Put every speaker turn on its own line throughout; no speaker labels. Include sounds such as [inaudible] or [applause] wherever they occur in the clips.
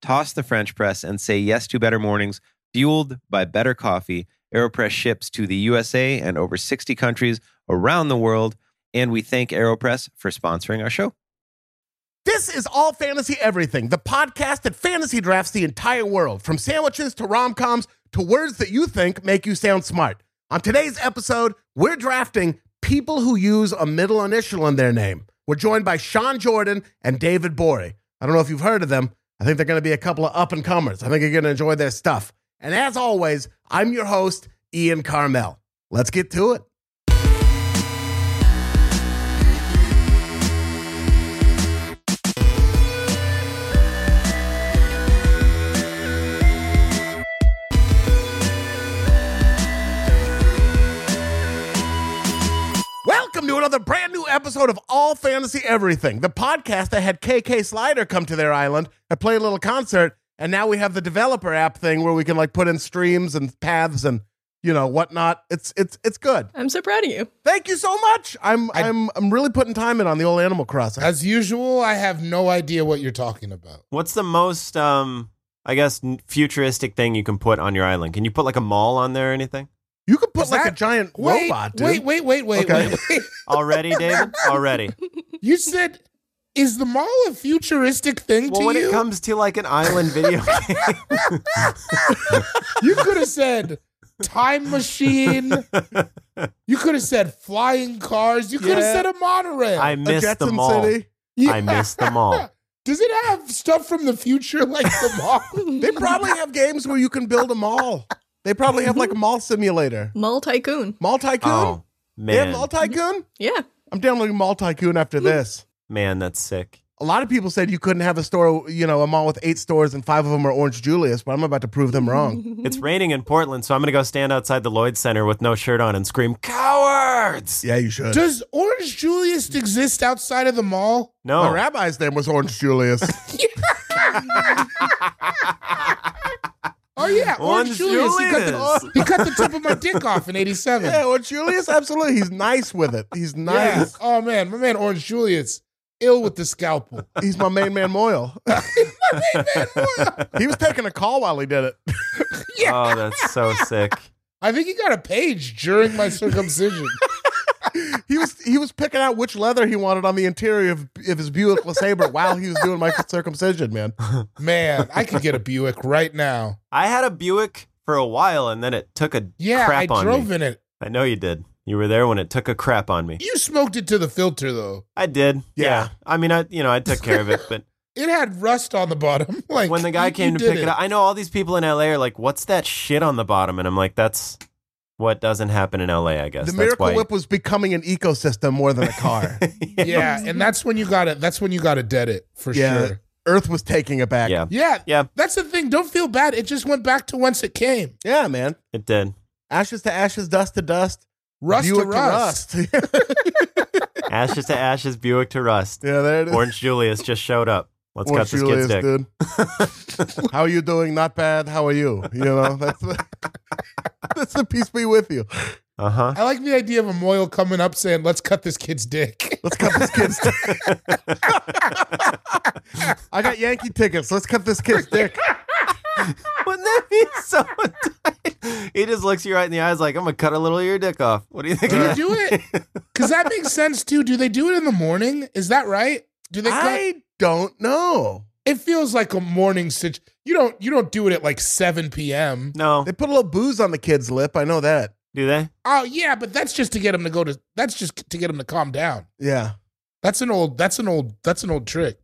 toss the French press, and say yes to better mornings fueled by better coffee. AeroPress ships to the USA and over 60 countries around the world. And we thank AeroPress for sponsoring our show.
This is All Fantasy Everything, the podcast that fantasy drafts the entire world, from sandwiches to rom coms to words that you think make you sound smart. On today's episode, we're drafting people who use a middle initial in their name. We're joined by Sean Jordan and David Borey. I don't know if you've heard of them. I think they're going to be a couple of up and comers. I think you're going to enjoy their stuff. And as always, I'm your host, Ian Carmel. Let's get to it. Welcome to another brand new episode of All Fantasy Everything, the podcast that had KK Slider come to their island and play a little concert. And now we have the developer app thing where we can like put in streams and paths and you know whatnot. It's it's it's good.
I'm so proud of you.
Thank you so much. I'm I, am i I'm really putting time in on the old Animal Crossing.
As usual, I have no idea what you're talking about.
What's the most, um, I guess, n- futuristic thing you can put on your island? Can you put like a mall on there or anything?
You could put like a giant
Wait,
robot, dude.
wait, wait, wait, wait,
Okay.
wait, wait.
[laughs]
Already, David? Already.
You said, is the mall a futuristic thing
Well,
to
when
you?
it comes to like an island video
[laughs]
game,
you could have said time
[laughs]
machine. you could have said flying cars. You could have
Yeah.
said a monorail.
I
A
missed the
Jetson
mall.
City.
Yeah.
I missed the mall.
[laughs]
Does it have stuff from the future like the mall?
[laughs] They probably have games where you can build a mall. They probably have like a mall simulator.
Mall Tycoon.
Mall Tycoon?
Oh,
they have
man.
Mall Tycoon?
Yeah.
I'm downloading Mall Tycoon after this.
Man, that's sick.
A lot of people said you couldn't have a store, you know, a mall with eight stores and five of them are Orange Julius, but I'm about to prove them
[laughs]
wrong.
It's raining in Portland, so I'm going to go stand outside the Lloyd Center with no shirt on and scream, Cowards!
yeah, you should.
Does Orange Julius exist outside of the mall?
No.
My rabbi's name was Orange Julius.
Oh yeah, Orange,
Orange
Julius. He, cut the,
Julius.
he cut the tip of my dick off
[laughs]
in '87.
yeah, Orange Julius, absolutely. He's nice with it. He's
Yeah. [laughs]
nice.
Oh man, my man Orange Julius, ill with the scalpel.
He's my main man Moyle. he was taking a call while he did it. [laughs]
Oh, that's so sick. [laughs]
I think he got a page during my circumcision.
He was he was picking out which leather he wanted on the interior of, of his Buick LeSabre while he was doing my circumcision, man.
Man, I could get a Buick right now.
I had a Buick for a while, and then it took a
Yeah,
crap
I
on
drove
me.
in it.
I know you did. You were there when it took a crap on me.
You smoked it to the filter though.
I did.
Yeah.
I mean, I you know I took care of it, but
It had rust on the bottom. [laughs] Like
[laughs] when the guy
you-
came
you
to
did
pick it. up, I know all these people in LA are like, "What's that shit on the bottom?" And I'm like, "That's what doesn't happen in LA, I guess."
the
That's
Miracle
why-
Whip was becoming an ecosystem more than a car.
[laughs] Yeah, and that's when you got it. That's when you got to dead it for
Yeah.
sure.
Earth was taking it back.
yeah,
Yeah,
Yeah.
That's the thing. Don't feel bad. It just went back to whence it came.
Yeah, man.
it did.
Ashes to ashes, dust to dust,
Rust
Buick
to rust.
to rust. [laughs]
Ashes to ashes, Buick to rust.
yeah, there [laughs] it is.
Orange Julius just showed up. Let's
Orange
cut this
Julius,
kid's dick.
dude.
[laughs]
How are you doing? Not bad. How are you? You know, that's the, [laughs] that's the peace be with you. [laughs]
Uh huh.
I like the idea of a Moyle coming up saying, "Let's cut this kid's [laughs] dick."
Let's cut this kid's dick. I got Yankee tickets. Let's cut this kid's dick.
Wouldn't that be so tight? He just looks you right in the eyes, like, "I'm gonna cut a little of your dick off." What do you think?
Do
of
you
that? [laughs]
do it? Because that makes sense too. Do they do it in the morning? Is that right? Do [laughs] they? Cut?
I don't know.
it feels like a morning situation. You don't. You don't do it at like seven p.m.
No,
They put a little booze on the kid's lip. I know that.
do they?
Oh yeah, but that's just to get him to go to. That's just to get him to calm down.
Yeah,
That's an old. That's an old. That's an old trick.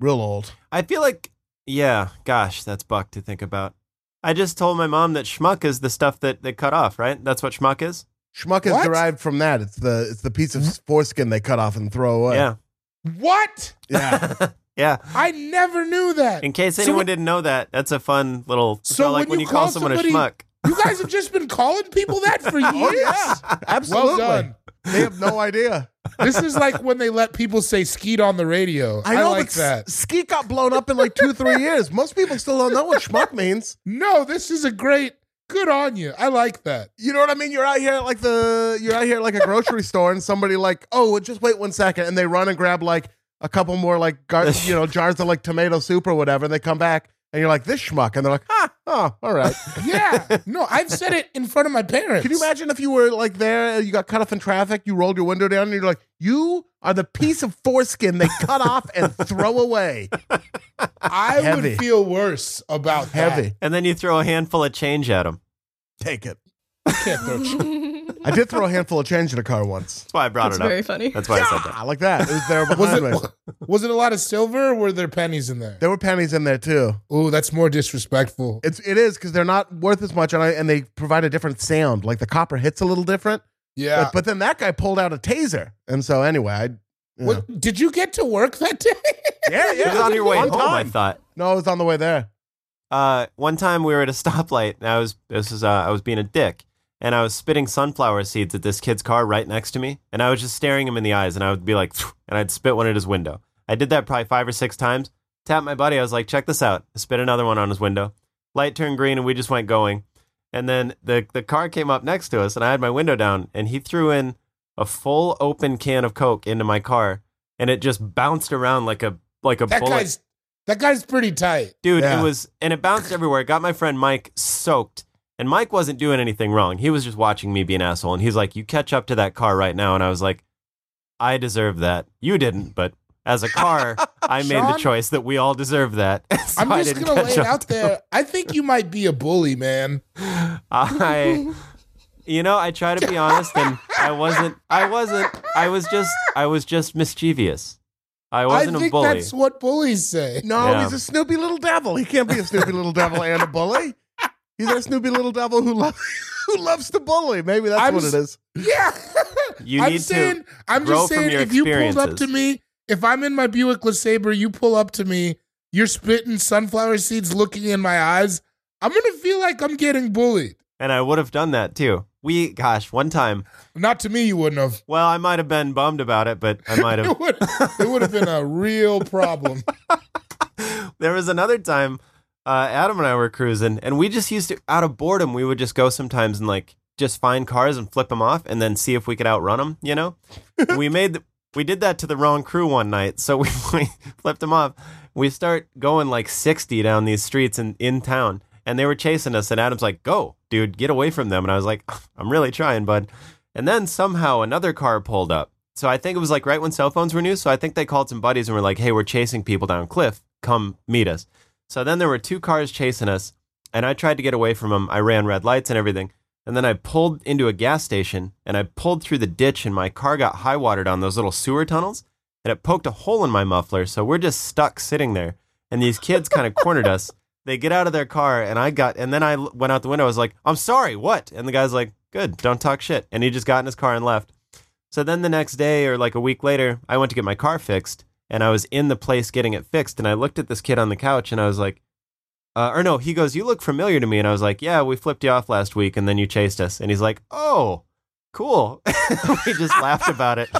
real old.
I feel like, yeah, gosh, that's buck to think about. I just told my mom that schmuck is the stuff that they cut off, right? That's what schmuck is.
Schmuck is
What?
derived from that. It's the it's the piece of foreskin they cut off and throw away.
Yeah,
What? [laughs]
yeah.
yeah.
I never knew that.
In case
So
anyone
when-
didn't know that, that's a fun little. So,
So
like when you, call, someone
somebody-
a schmuck,
You guys have just been calling people that
[laughs]
for years.
Oh, yeah, absolutely.
Well done.
They have no idea.
This is like when they let people say skeet on the radio. I, like
but
that.
S- Skeet got blown up in like two, three years. Most people still don't know what schmuck means.
No, this is a great. Good on you. I like that.
You know what I mean? You're out here at like the you're out here at like a grocery store, and somebody like, oh, well, just wait one second, and they run and grab like a couple more like [laughs] gar- you know jars of like tomato soup or whatever, and they come back, and you're like this schmuck, and they're like, ah, oh, all [laughs] right.
Yeah. No, I've said it in front of my parents.
Can you imagine if you were like there, you got cut off in traffic, you rolled your window down, and you're like, you are the piece of foreskin they cut off and throw [laughs] away.
I
Heavy.
would feel worse about [laughs]
Heavy,
and then you throw a handful of change at him.
take it.
that. I can't throw shit.
I did throw a handful of change in a car once.
That's why I brought
That's
it up.
very funny.
That's why I said that.
Ah, like that. It was there.
[laughs] Was
behind me.
it was it a lot of silver or were there pennies in there?
There were pennies in there too.
Oh, that's more disrespectful.
It's it is because they're not worth as much, and I, and they provide a different sound. Like the copper hits a little different.
Yeah.
But, but then that guy pulled out a taser, and so anyway, I you know.
What, did you get to work that day?
[laughs]
[laughs]
yeah
[laughs] It was on your way
On
home, I
time.
thought.
No, it was on the way there.
Uh, one time we were at a [laughs] stoplight, and I was this is uh, I was being a dick, and I was spitting sunflower seeds at this kid's car right next to me, and I was just staring him in the eyes, and I would be like, "Phew," and I'd spit one at his window. I did that probably five or six times. Tapped my buddy, I was like, check this out. I spit another one on his window. Light turned green, and we just went going. And then the the car came up next to us, and I had my window down, and he threw in a full open can of Coke into my car, and it just bounced around like a like a
that
bullet
guy's that guy's pretty tight.
dude
Yeah.
it was and it bounced everywhere it got my friend mike soaked and mike wasn't doing anything wrong he was just watching me be an asshole and he's like you catch up to that car right now and i was like i deserve that you didn't but as
[laughs]
a car i made the
Sean?
choice that we all deserve that [laughs] so
I'm
I
just
didn't
gonna
catch
lay it
up
out there. I think you might be a bully, man. [laughs]
I you know, I try to be honest and I wasn't I wasn't I was just I was just mischievous. I
I
wasn't
think
a bully.
that's what bullies say.
No,
Yeah.
he's a snoopy little devil. He can't be a snoopy little devil and a bully. He's a snoopy little devil who loves [laughs] who loves to bully. Maybe that's
I'm
what
s-
it is.
Yeah. [laughs]
You
I'm
need to
saying I'm
grow
just
from
saying
your
if you pulled up to
experiences.
me, if I'm in my Buick LeSabre, you pull up to me, you're spitting sunflower seeds looking in my eyes, I'm gonna feel like I'm getting bullied.
and I would have done that too. We gosh, one time.
Not to me you wouldn't have.
Well, I might have been bummed about it, but I might have
[laughs] It would, it would have been a
[laughs]
real problem.
there was another time uh, Adam and I were cruising, and we just used to, out of boredom, we would just go sometimes and like just find cars and flip them off, and then see if we could outrun them. You know, we made the, we did that to the wrong crew one night, so [laughs] we, we flipped them off. We start going like sixty down these streets in in town, and they were chasing us. And Adam's like, "Go, dude, get away from them!" And I was like, "I'm really trying, bud." And then somehow another car pulled up. So I think it was like right when cell phones were new. So I think they called some buddies and were like, hey, we're chasing people down a cliff. Come meet us. So then there were two cars chasing us. And I tried to get away from them. I ran red lights and everything. And then I pulled into a gas station and I pulled through the ditch and my car got high watered on those little sewer tunnels and it poked a hole in my muffler. So we're just stuck sitting there. And these kids kind of cornered us. They get out of their car and I got, and then I l- went out the window. I was like, I'm sorry, what? And the guy's like, good, don't talk shit. And he just got in his car and left. So then the next day or like a week later, I went to get my car fixed and I was in the place getting it fixed. And I looked at this kid on the couch and I was like, uh, or no, he goes, You look familiar to me. And I was like, Yeah, we flipped you off last week and then you chased us. And he's like, Oh, cool. [laughs] we just laughed about it.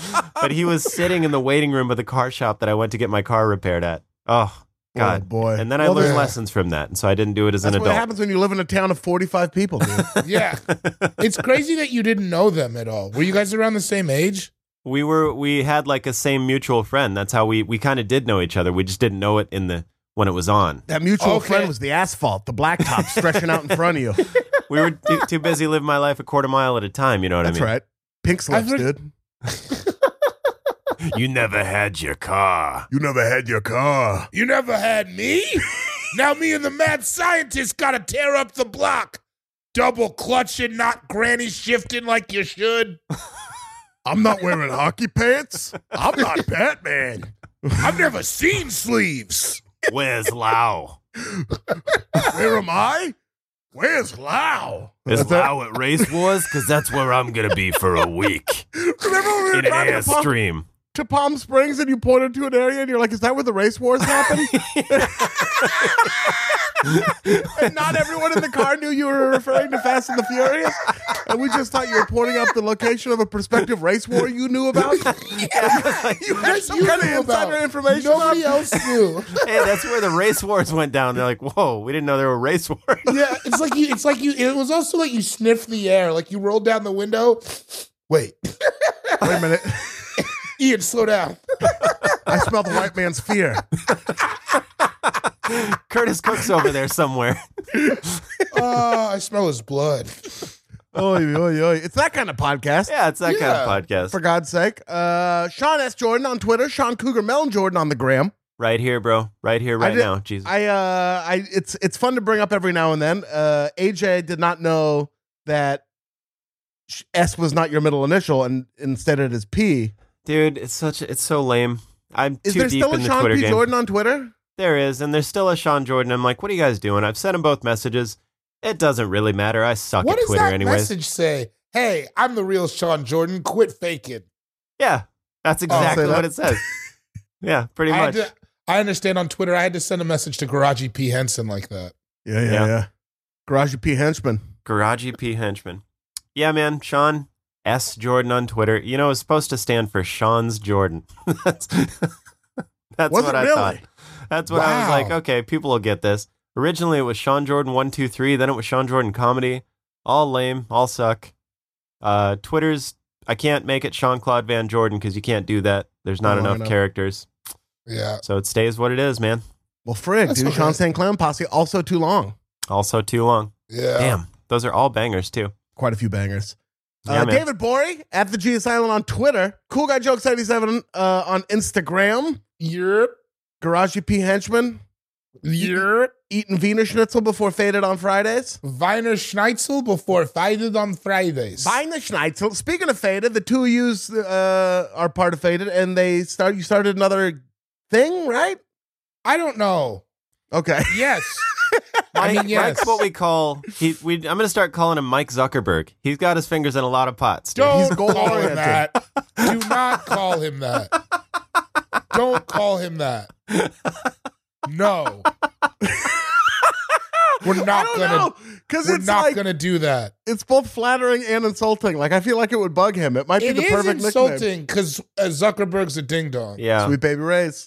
But he was sitting in the waiting room of the car shop that I went to get my car repaired at. Oh,
Oh,
God.
boy.
and then I
Well,
learned
there-
lessons from that. And so I didn't do it as
That's
an
what
adult.
happens when you live in a town of 45 people,
[laughs]
dude.
Yeah. it's crazy that you didn't know them at all. Were you guys around the same age?
We were, we had like a same mutual friend. That's how we, we kind of did know each other. We just didn't know it in the, when it was on.
That mutual
Okay.
friend was the asphalt, the blacktop stretching out in front
[laughs]
of you.
We were too, too busy living my life a quarter mile at a time. You know what
That's
I mean?
right. Pink slips,
I've heard-
dude.
You never had your car.
You never had your car. [laughs]
You never had me? now me and the mad scientist gotta tear up the block. Double clutching, not granny shifting like you should.
I'm not wearing hockey pants. I'm
[laughs]
not Batman.
I've never seen sleeves.
Where's Lau?
Where am I? Where's Lau?
Is
That's it.
Lau at Race Wars? Because that's where I'm going to be for a [laughs] week
Remember when we were
in an
driving to Palm,
Airstream.
to Palm Springs and you pointed to an area and you're like, is that where the race wars
[laughs]
happen? and not everyone in the car knew you were referring to Fast and the Furious. And we just thought you were pointing out the location of a prospective race war you knew
[laughs]
about. [laughs] you had
That
some
you
kind of
knew
insider
about.
information.
Nobody
on- [laughs]
else knew.
Hey, that's where the race wars went down. They're like, whoa, we didn't know there were race wars. [laughs]
Yeah, it's like you. It's like you. It was also like you sniffed the air. Like you rolled down the window. Wait,
Wait a minute.
Ian, slow [laughs] down.
I smell the white man's fear.
Curtis Cook's over there somewhere. [laughs]
Oh, I smell his blood.
Oy, oy, oy. It's that kind of podcast.
Yeah, it's that
Yeah.
kind of podcast.
For God's sake. Uh, Sean S. Jordan on Twitter, Sean Cougar Melon Jordan on the gram.
Right here, bro. Right here, right
did-
now. Jesus.
I uh I it's it's fun to bring up every now and then. Uh AJ did not know that sh- S was not your middle initial and instead it is P.
Dude, it's such it's so lame. I'm
Is
too
there
deep
still
in
a
the
Sean
Twitter
P
game.
Jordan on Twitter?
There is, and there's still a Sean Jordan. I'm like, what are you guys doing? I've sent him both messages. It doesn't really matter. I suck
what
at
does
Twitter
that
anyways.
message say? Hey, I'm the real Sean Jordan. Quit faking.
Yeah. That's exactly
that.
what it says. yeah, pretty
I,
much.
had to, I understand on Twitter. I had to send a message to Garaji P Henson like that.
Yeah,
Yeah.
Garage P henchman.
Garagey P. Henchman. Yeah, man. Sean S. Jordan on Twitter. You know, it's supposed to stand for Sean's Jordan. [laughs] that's that's
Was
what
it
I
really?
thought. That's what I was
Wow.
like. Okay, people will get this. Originally, it was Sean Jordan one two three. Then it was Sean Jordan comedy. All lame. All suck. Uh, Twitter's. I can't make it Sean Claude Van Jordan because you can't do that. There's not
Not long
enough
enough.
characters,
Yeah.
so it stays what it is, man.
Well, frig,
That's
dude.
okay.
Sean San Clown Posse also too long.
Also, too long.
Yeah.
Damn, those are all bangers too.
Quite a few bangers.
Yeah,
uh,
man.
David Bory at the G Island on Twitter. Cool guy joke seventy seven uh, on Instagram.
Europe.
Garage P henchman
Europe.
eating Wiener Schnitzel before faded on Fridays.
Viner Schnitzel before Friday on Fridays.
Buying the Schnitzel. Speaking of Faded, the two of yous uh, are part of Faded, and they start. You started another thing, right?
I don't know.
Okay.
Yes. I
Mike,
mean, yes.
Mike's what we call. He, we, I'm going to start calling him Mike Zuckerberg. He's got his fingers in a lot of pots. dude.
Don't
He's goal
call him
oriented.
that. Do not call him that. Don't call him that. No. [laughs] We're
I
not
don't
gonna
know because
we're
it's
not
like
gonna do that.
it's both flattering and insulting. Like I feel like it would bug him. It might
It
be the
is
perfect nickname.
insulting because uh, Zuckerberg's a ding dong.
Yeah.
Sweet baby
[laughs]
Ray's.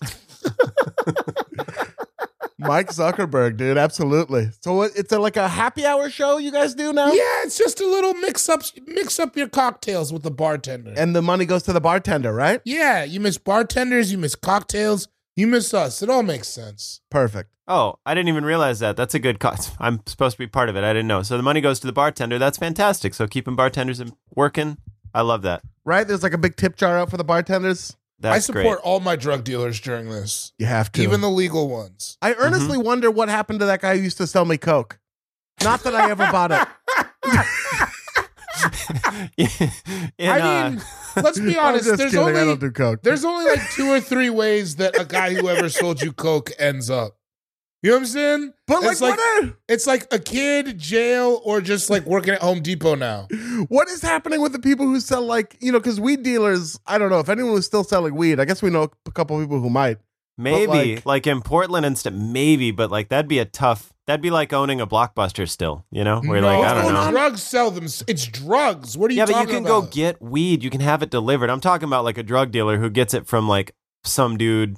Mike Zuckerberg, dude, absolutely. So what, it's a, like a happy hour show you guys do now,
Yeah, it's just a little mix up mix up your cocktails with the bartender.
and the money goes to the bartender, right?
yeah, you miss bartenders, you miss cocktails, you miss us. It all makes sense.
Perfect.
Oh, I didn't even realize that. That's a good cost. [laughs] I'm supposed to be part of it. I didn't know. So the money goes to the bartender. That's fantastic. So keeping bartenders in- working I love that.
right? There's like a big tip jar out for the bartenders.
That's
I support
great. [laughs]
all my drug dealers during this,
You have to.
even the legal ones.
I earnestly wonder what happened to that guy who used to sell me coke. Not that I ever bought
[laughs]
it.
In,
I
uh,
mean, let's be
[laughs] I'm
honest.
just
There's
kidding. I
only
don't do coke.
there's only like two or three ways that a guy who ever sold you coke ends up. You know what I'm saying?
but like,
it's like-
what, are-
It's like a kid, jail, or just like working at Home Depot now.
what is happening with the people who sell like you know? Because weed dealers, I don't know if anyone was still selling weed. I guess we know a couple people who might.
maybe
like-
like, in Portland and stuff. Maybe, but like that'd be a tough. That'd be like owning a blockbuster still. You know, where you're like
No, Oh,
I don't
it's
know.
Drugs sell them. It's drugs. What are you
Yeah, but you
talking
can go
about?
get weed. You can have it delivered. I'm talking about like a drug dealer who gets it from like some dude.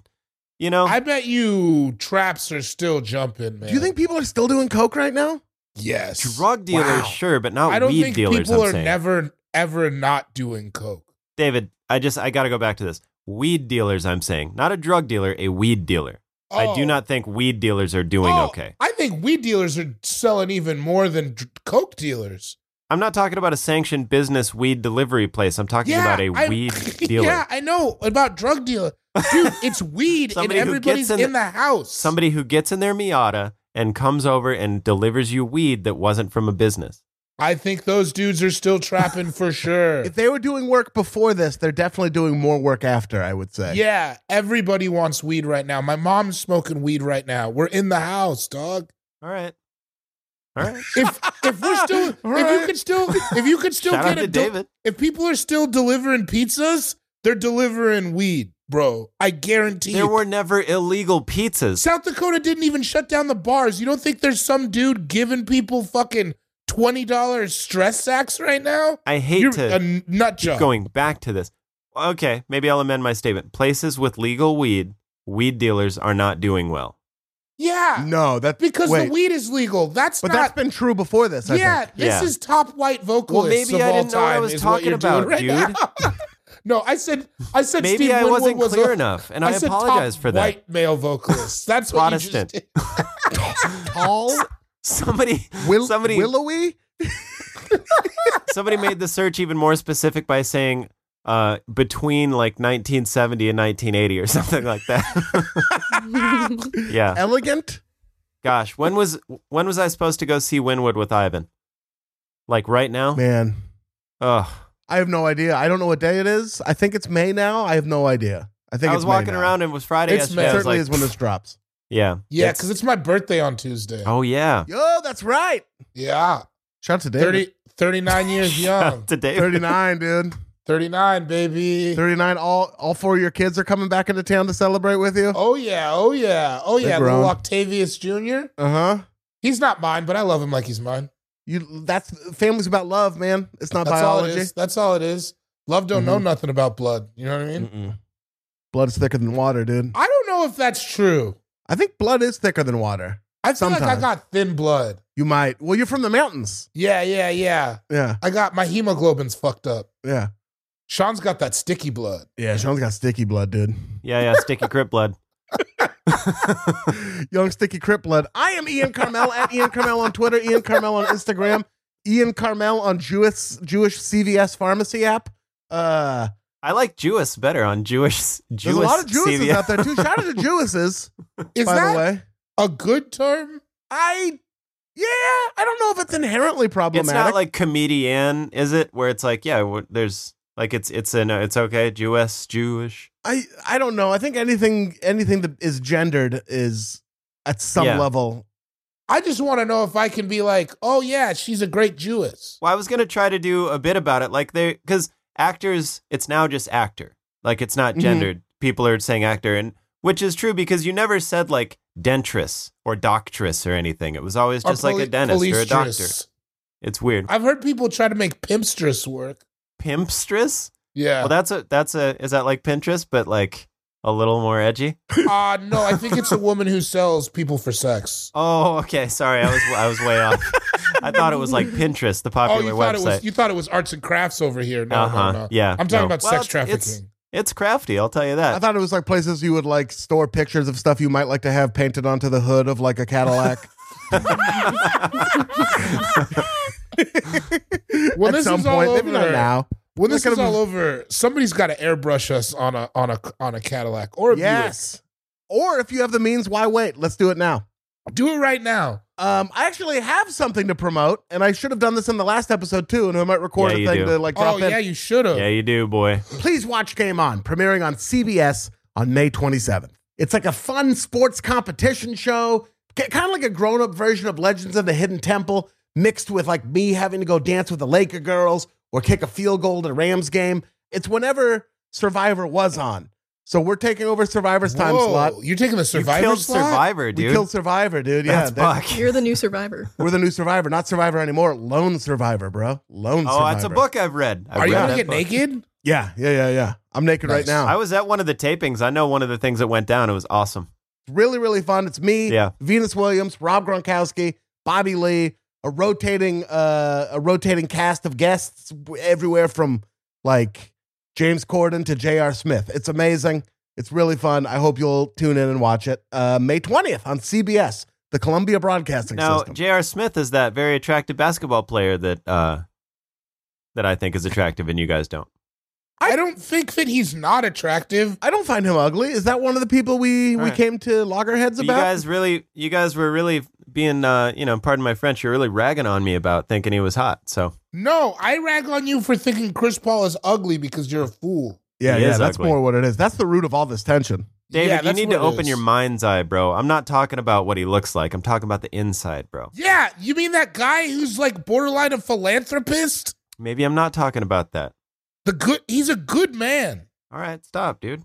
You know,
I bet you traps are still jumping, man.
Do you think people are still doing coke right now?
Yes.
drug dealers,
Wow.
sure, but not
I don't
weed
think
dealers.
people
I'm
are
saying.
never, ever not doing coke.
David, I just I got to go back to this. Weed dealers, I'm saying, not a drug dealer, a weed dealer. I do
Oh.
not think weed dealers are doing
Oh,
okay.
I think weed dealers are selling even more than dr- coke dealers.
I'm not talking about a sanctioned business weed delivery place. I'm talking about a
I- [laughs]
weed dealer.
Yeah, I know about drug dealer, dude. It's weed, and
[laughs] Somebody who gets
everybody's in,
in
the house.
Somebody who gets in their Miata and comes over and delivers you weed that wasn't from a business.
I think those dudes are still trapping
[laughs]
for sure.
If they were doing work before this, they're definitely doing more work after. I would say.
Yeah, everybody wants weed right now. My mom's smoking weed right now. We're in the house, dog.
All right. All right.
If if we're still if you
Alright.
could still if you could still
Shout
get
out
a
to
del-
David.
if people are still delivering pizzas, they're delivering weed, bro. I guarantee
There
you.
were never illegal pizzas.
South Dakota didn't even shut down the bars. You don't think there's some dude giving people fucking twenty dollars stress sacks right now?
I hate
You're
to
a n- nut job.
going back to this. Okay, maybe I'll amend my statement. Places with legal weed, weed dealers are not doing well.
Yeah,
No, that's
because
wait,
the weed is legal. That's
But that's
not.
been true before this. I
yeah,
think.
this
Yeah.
is top white vocalists
maybe
of
I
all
didn't know what I
time
was
is
talking
you're doing
about,
right now. [laughs] no, I said I said
Maybe
Steve
I
Winwood
wasn't
was
clear
a-
enough, and I,
said top
apologize for that.
White male vocalists. That's what you just
Protestant.
did.
[laughs]
tall,
[laughs] Somebody,
will,
somebody,
willowy.
somebody made the search even more specific by saying uh, between like 1970 and 1980 or [laughs] something like that. [laughs] yeah.
elegant.
Gosh, when was when was I supposed to go see Winwood with Ivan? Like right now?
Man,
Ugh.
I have no idea. I don't know what day it is. I think it's May now. I have no idea. I think
I
it's
was
May
walking
now.
around and it was Friday
It's
yesterday.
May.
It
I was
certainly
like,
is when this drops.
yeah.
Yeah,
It's-
because it's my birthday on Tuesday.
Oh yeah.
Yo, that's right.
Yeah,
Shout out to David. [laughs]
30, 39
[laughs]
years young.
Today.
39, dude.
39, baby.
39. All all four of your kids are coming back into town to celebrate with you.
Oh, yeah. Oh, yeah. Oh,
They're
yeah. Little
grown.
Octavius Jr.
Oh.
Uh huh.
He's not mine, but I love him like he's mine.
You that's family's about love, man. It's not
That's all it
biology.
is. That's all it is. Love don't
Mm-hmm.
know nothing about blood. You know what I mean?
Mm-mm. Blood's thicker than water, dude.
I don't know if that's true.
I think blood is thicker than water.
I feel like I
Sometimes.
got thin blood.
You might. Well, you're from the mountains.
Yeah, yeah, yeah.
Yeah,
I got my hemoglobin's fucked up.
yeah,
Sean's got that sticky blood.
yeah. Sean's got sticky blood, dude.
Yeah, yeah,
[laughs]
sticky crip blood.
Young Sticky Crip Blood. I am Ian Carmel at Ian Carmel on Twitter, Ian Carmel on Instagram, Ian Carmel on Jewish Jewish CVS pharmacy app. Uh,
I like Jewess better on Jewish Jewish
there's a lot of Jewesses
CVS.
out there too. Shout out to
[laughs]
Jewesses,
Is
by
that
the way.
a good term?
I yeah, I don't know if it's inherently
It's
problematic.
not like comedian, is it? Where it's like, yeah, w- there's like it's it's an it's okay, Jewess, Jewish.
I I don't know. I think anything anything that is gendered is at some
Yeah.
level.
I just want to know if I can be like, oh, yeah, she's a great Jewess.
Well, I was gonna try to do a bit about it, like they because actors, it's now just actor, like it's not
Mhm.
gendered. People are saying actor, and which is true because you never said like dentress or doctress or anything. It was always
Or
just like
poli-
a dentist or a doctor.
policestress.
It's weird.
I've heard people try to make pimpstress work.
Pimpstress.
Yeah.
Well, that's a that's a is that like Pinterest, but like a little more edgy.
uh, no, I think it's a woman who sells people for sex.
Oh, okay. Sorry, I was I was way off. I thought it was like Pinterest, the
Oh,
popular
you thought
website.
it was you thought it was arts and crafts over here. No,
Uh-huh,
no, no.
yeah,
I'm talking
no.
about
Well,
sex
it's-
trafficking.
it's crafty, I'll tell you that.
I thought it was like places you would like store pictures of stuff you might like to have painted onto the hood of like a
[laughs]
Cadillac.
Well,
At
this
some
is all
point, maybe not
over.
now.
When this
Look at
is
him.
all over, somebody's got to airbrush us on a on a on a Cadillac or a
Yes. Or if you have the means, why wait? Let's do it now.
Buick. Do it right now.
Um, I actually have something to promote, and I should have done this in the last episode too. And I might record
Yeah,
a
you
thing
do.
to like drop
Oh
in.
yeah, you should have.
Yeah, you do, boy.
Please watch Game On, premiering on CBS on May 27th. It's like a fun sports competition show, kind of like a grown up version of Legends of the Hidden Temple, mixed with like me having to go dance with the Laker girls or kick a field goal at a Rams game. It's whenever Survivor was on. So we're taking over Survivor's time
Whoa,
slot.
You're taking the
You
Survivor
killed
slot?
Survivor, dude.
We killed Survivor, dude. Yeah,
That's
that-
[laughs]
Buck.
You're the new survivor.
we're the new Survivor, not Survivor anymore. Lone Survivor, bro. Lone Survivor.
Oh, it's a book I've read. I've
Are you
read
gonna get
that book.
naked?
Yeah, yeah, yeah, yeah. I'm naked right
Nice.
now.
I was at one of the tapings. I know one of the things that went down. It was awesome.
really, really fun. It's me,
Yeah.
Venus Williams, Rob Gronkowski, Bobby Lee, a rotating uh, a rotating cast of guests everywhere from like James Corden to J.R. Smith. It's amazing. It's really fun. I hope you'll tune in and watch it. Uh, May 20th on CBS, the Columbia Broadcasting
Now,
System.
J.R. Smith is that very attractive basketball player that uh, that I think is attractive, and you guys don't.
I don't think that he's not attractive.
I don't find him ugly. Is that one of the people we, we
Alright.
came to loggerheads
you
about?
guys really, you guys were really being, uh, you know, pardon my French, you're really ragging on me about thinking he was hot. So
No, I rag on you for thinking Chris Paul is ugly because you're a fool.
yeah,
He
yeah,
is
that's
ugly.
more what it is. That's the root of all this tension.
Yeah,
David, you
that's
need
what
to
it
open
is.
your mind's eye, bro. I'm not talking about what he looks like. I'm talking about the inside, bro.
Yeah, you mean that guy who's like borderline a philanthropist?
Maybe I'm not talking about that.
The good he's a good man.
All right, stop, dude.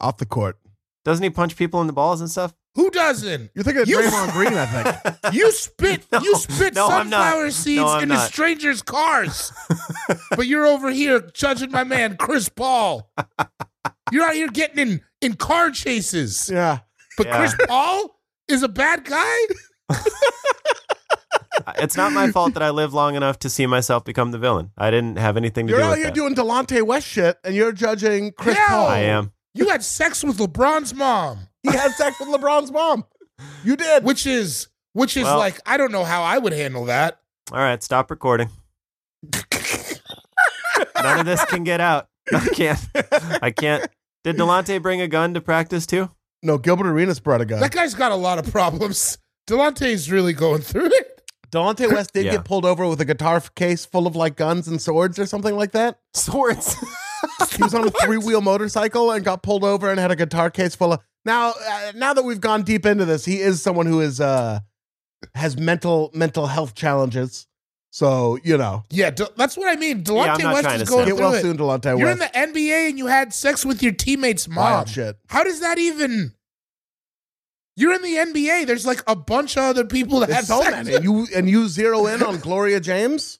Off the court.
Doesn't he punch people in the balls and stuff?
Who doesn't?
You're thinking of
You-
Draymond Green, I think.
[laughs]
You spit
No,
you spit
no, I'm not.
sunflower seeds
No, I'm
into
not.
strangers'
[laughs]
cars. but you're over here judging my man Chris Paul. You're out here getting in in car chases.
Yeah.
But
Yeah.
Chris Paul is a bad guy?
It's not my fault that I live long enough to see myself become the villain. I didn't have anything to
You're
do
out
with
here
that.
doing Delonte West shit, and you're judging Chris
Yeah.
Paul.
I am.
You had sex with LeBron's mom,
He had sex with LeBron's mom. You did.
which is which is
Well-
like I don't know how I would handle that.
All right, stop recording. None of this can get out. [laughs] I can't. I can't. Did Delonte bring a gun to practice too?
No, Gilbert Arenas brought a gun.
That guy's got a lot of problems. Delonte's really going through it.
Delonte West did
Yeah.
get pulled over with a guitar f- case full of like guns and swords or something like that. [laughs]
Swords.
He was on
[laughs]
a three wheel motorcycle and got pulled over and had a guitar case full of. Now, uh, now that we've gone deep into this, he is someone who is uh has mental mental health challenges. So you know,
Yeah, De- that's what I mean.
Yeah,
Delonte
I'm not
West
trying
is
to
going
say-
get
through
well
it.
soon, Delonte
You're in
West.
the NBA and you had sex with your teammate's mom.
Wild shit.
How does that even? You're in the NBA. There's like a bunch of other people that
There's
have
so
sex.
many. And you and you zero in on Gloria James.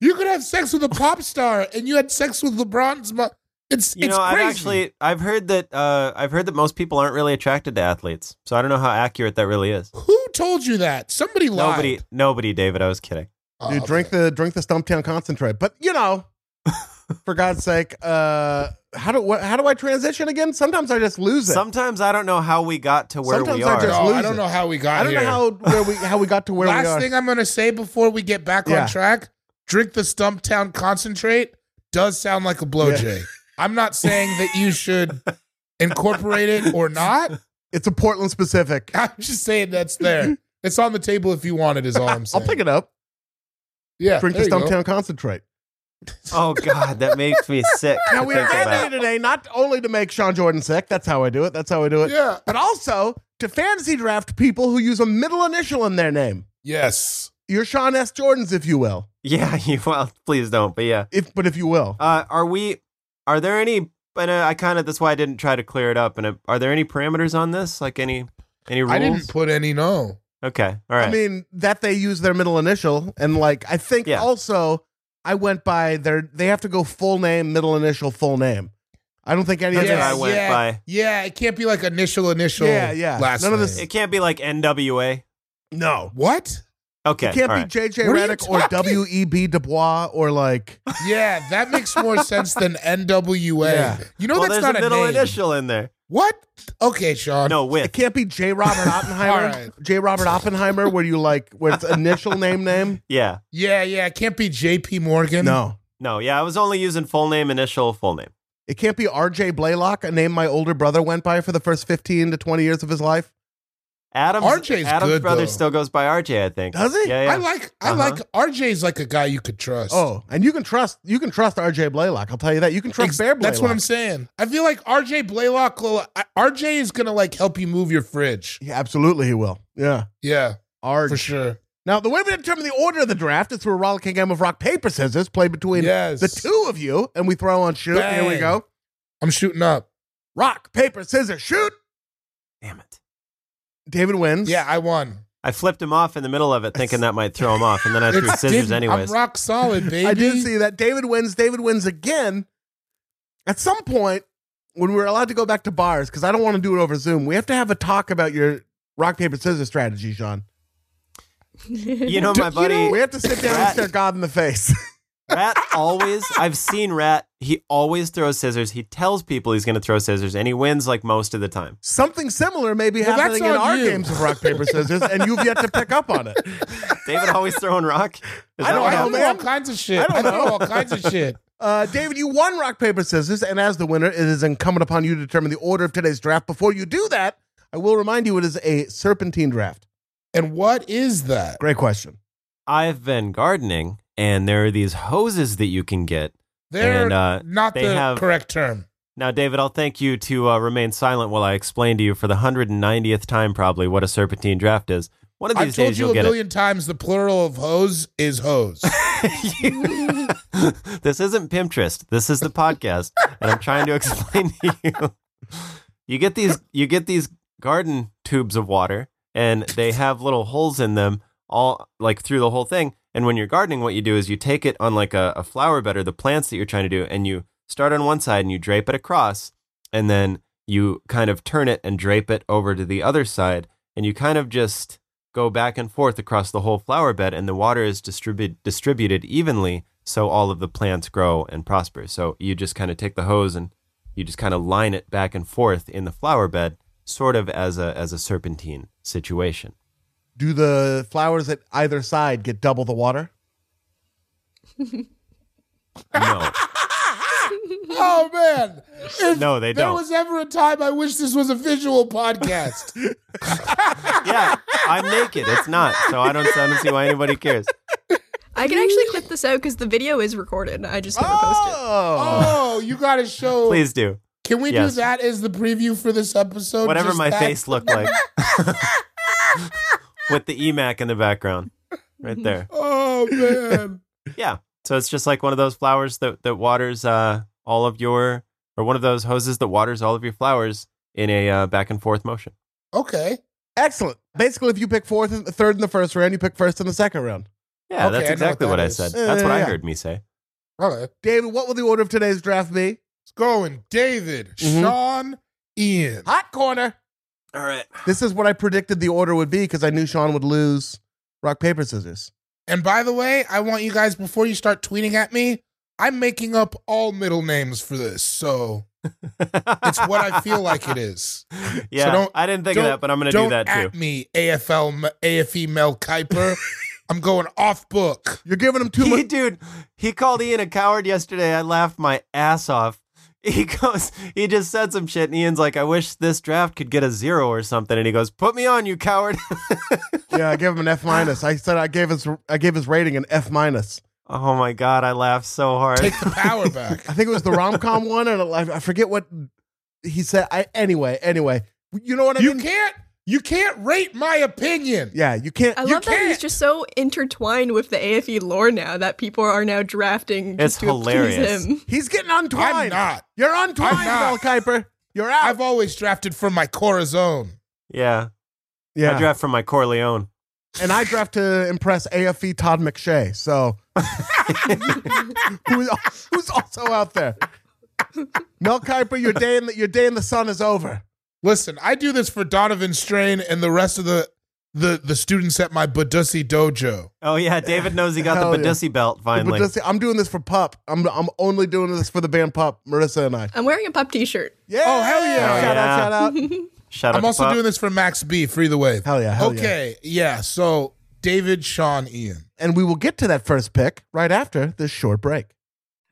You could have sex with a pop star and you had sex with LeBron's mom. It's
You
it's
know, I've
crazy.
actually I've heard that uh, I've heard that most people aren't really attracted to athletes, so I don't know how accurate that really is.
Who told you that? Somebody lied.
Nobody, nobody, David. I was kidding.
Oh,
Dude, drink
okay.
the drink the Stumptown concentrate. But you [laughs] know, for God's sake, uh, how do what, how do I transition again? Sometimes I just lose it.
Sometimes I don't know how we got to where
Sometimes
we
I
are.
just-
No, I
lose
don't
it.
know how we got.
I don't know
here.
how where we how we got to where
Last
we are.
thing I'm gonna say before we get back
Yeah.
on track: drink the Stumptown concentrate. Does sound like a
Yeah.
blowjay. I'm not saying that
[laughs]
you should incorporate it or not.
it's a Portland specific.
I'm just saying that's there. It's on the table if you want it. Is all I'm
I'll
saying.
pick it up.
Yeah,
Drink the
there you go.
Stumptown concentrate.
oh God, that makes me sick.
[laughs]
to
Now we
think
are
about.
here today not only to make Sean Jordan sick. That's how I do it. That's how I do it.
Yeah.
But also to fantasy draft people who use a middle initial in their name.
Yes.
You're Sean S. Jordans, if you will.
Yeah, [laughs] you well, please don't. But yeah,
If but if you will.
uh, are we? Are there any? And uh, I kind of that's why I didn't try to clear it up. And uh, are there any parameters on this? Like any any rules?
I didn't put any no.
Okay, all right.
I mean, that they use their middle initial, and like I think
Yeah.
also I went by their they have to go full name, middle initial, full name. I don't think any
That's
of
what I
this.
went
yeah,
by.
Yeah, it can't be like initial initial.
Yeah, yeah.
Last
None of this-
name.
it can't be like NWA.
No,
What?
Okay,
it can't
all
be
right.
J.J.
What are you
Redick or
talking-
W.E.B. Du Bois or
[laughs]
like
Yeah, that makes more sense than NWA.
Yeah.
You know
well,
that's
there's
not
a middle
name.
initial in there.
What? Okay, Sean.
No,
it
with
can't be J.
[laughs]
Robert Oppenheimer.
All right.
J. Robert Oppenheimer, where you like where it's initial name name.
yeah.
Yeah, yeah. It can't be J.P. Morgan.
No,
No, yeah, I was only using full name, initial, full name.
It can't be RJ Blaylock, a name my older brother went by for the first 15 to 20 years of his life.
Adam's,
RJ's
Adam's
good,
brother
though.
still goes by RJ, I think.
Does he?
Yeah, yeah.
I like I
Uh-huh.
like RJ's like a guy you could trust.
Oh, and you can trust you can trust RJ Blaylock. I'll tell you that. You can trust
Ex-
Bear Blaylock.
That's what I'm saying. I feel like RJ Blaylock, will- I- RJ is gonna like help you move your fridge.
Yeah, absolutely he will. Yeah.
Yeah,
RJ.
for sure.
Now, the way we determine the order of the draft is through a rollicking game of rock, paper, scissors played between
Yes.
the two of you, and we throw on shoot. Here we
Bang.
go.
I'm shooting up.
Rock, paper, scissors, shoot.
Damn it.
David wins.
Yeah, I won.
I flipped him off in the middle of it, thinking that might throw him off, and then I threw
[laughs] It's-
scissors
didn't-
anyways.
I'm rock
[laughs]
solid, baby.
I did see that. David wins. David wins again. At some point, when we're allowed to go back to bars, because I don't want to do it over Zoom, we have to have a talk about your rock, paper, scissors strategy, Sean.
[laughs] You know, my buddy
We have to sit down and
Rat-
stare God in the face. [laughs]
Rat always. I've seen Rat. He always throws scissors. He tells people he's going to throw scissors, and he wins like most of the time.
Something similar may be
Well, that's
happening in
on
our
you.
games of rock, paper, scissors, and you've yet to pick up on it.
[laughs]
David always throwing rock. Is
I
I
that
know,
don't
I
what
know,
know,
happened?
all
man.
kinds of shit.
I don't
I know,
know.
all kinds of shit.
Uh, David, you won rock, paper, scissors, and as the winner, it is incumbent upon you to determine the order of today's draft. Before you do that, I will remind you it is a serpentine draft.
And what is that?
Great question.
I've been gardening, and there are these hoses that you can get.
They're
And, uh,
not
they
the
have-
correct term.
Now, David, I'll thank you to uh, remain silent while I explain to you for the 190th time, probably, what a serpentine draft is. One of
I've
these
told
days,
you
you'll
a
get
billion times the plural of hose is
[laughs]
hose.
it. [laughs] this isn't Pimptrist. This is the podcast, and I'm trying to explain to you. You get these, you get these garden tubes of water, and they have little holes in them, all like through the whole thing. And when you're gardening, what you do is you take it on like a, a flower bed or the plants that you're trying to do, and you start on one side and you drape it across, and then you kind of turn it and drape it over to the other side, and you kind of just go back and forth across the whole flower bed, and the water is distribu- distributed evenly, so all of the plants grow and prosper. So you just kind of take the hose and you just kind of line it back and forth in the flower bed, sort of as a as a serpentine situation.
Do the flowers at either side get double the water?
oh
No,
man! If
no, they
there
don't.
was ever a time I wish this was a visual
[laughs]
podcast.
yeah, I'm naked. It's not, so I don't, I don't see why anybody cares.
[laughs] I can actually clip this out because the video is recorded. I just never posted.
oh, you got to show.
Please do.
Can we
Yes.
do that as the preview for this episode?
Whatever
Just
my
that-
face looked like. [laughs] With the EMAC in the background. Right there.
[laughs] Oh man!
Yeah. So it's just like one of those flowers that, that waters uh, all of your, or one of those hoses that waters all of your flowers in a uh, back and forth motion.
Okay.
Excellent. Basically, if you pick fourth and third in the first round, you pick first in the second round.
Okay, I
Yeah,
know
that's
what
exactly
that
what I
is.
said.
Yeah,
That's what
yeah,
I
yeah.
heard me say.
Okay. It's
David, what will the order of today's draft be?
going David,
Mm-hmm.
Mhm.
Sean, Ian.
Hot corner.
All right.
This is what I predicted the order would be because I knew Sean would lose rock, paper, scissors.
And by the way, I want you guys before you start tweeting at me, I'm making up all middle names for this, so it's what I
[laughs]
feel like it is.
Yeah,
So don't-
I didn't think of
don't-
that, but I'm going to
Don't
do that
at
too.
me, AFL, M- AFE E Mel
[laughs]
Kiper. I'm going off book.
You're giving him too
He-
much.
dude, he called Ian a coward yesterday. I laughed my ass off. [laughs] He goes, he just said some shit, and Ian's like, I wish this draft could get a zero or something. And he goes, Put me on, you coward. [laughs]
yeah, I gave him an F minus. I said I gave his I gave his rating an F minus.
oh my God, I laughed so hard.
Take the power back.
[laughs]
I think it was the rom
[laughs]
com one, and I I forget what he said. I anyway, anyway, you know what I
You
mean?
can't. You can't rate my opinion.
yeah, you can't.
I
you
love that he's
can't.
just so intertwined with the AFE lore now that people are now drafting just
It's
to appease
hilarious.
him.
He's getting
I'm
untwined.
not.
You're untwined,
I'm not.
Mel Kiper. You're out.
I've always drafted from my Corazon.
yeah.
yeah,
I draft from my Corleone.
and I draft to impress AFE Todd McShay.
[laughs]
So, who's, who's also out there? Mel Kiper, your day in the, your day in the sun is over.
Listen, I do this for Donovan Strain and the rest of the the, the students at my Badussi dojo.
Oh yeah, David knows he got
Hell
the
yeah.
Badissi belt finally.
But just- I'm doing this for Pup. I'm I'm only doing this for the band Pup, Marissa and I.
I'm wearing a pup T-shirt.
Yeah!
Oh, hell yeah.
Shout
Yeah.
out! Shout out!
Shout out
I'm
to
also
Pop.
doing this for Max B. Free the wave.
Hell yeah, hell yeah.
okay. Yeah. So David, Sean, Ian.
and we will get to that first pick right after this short break.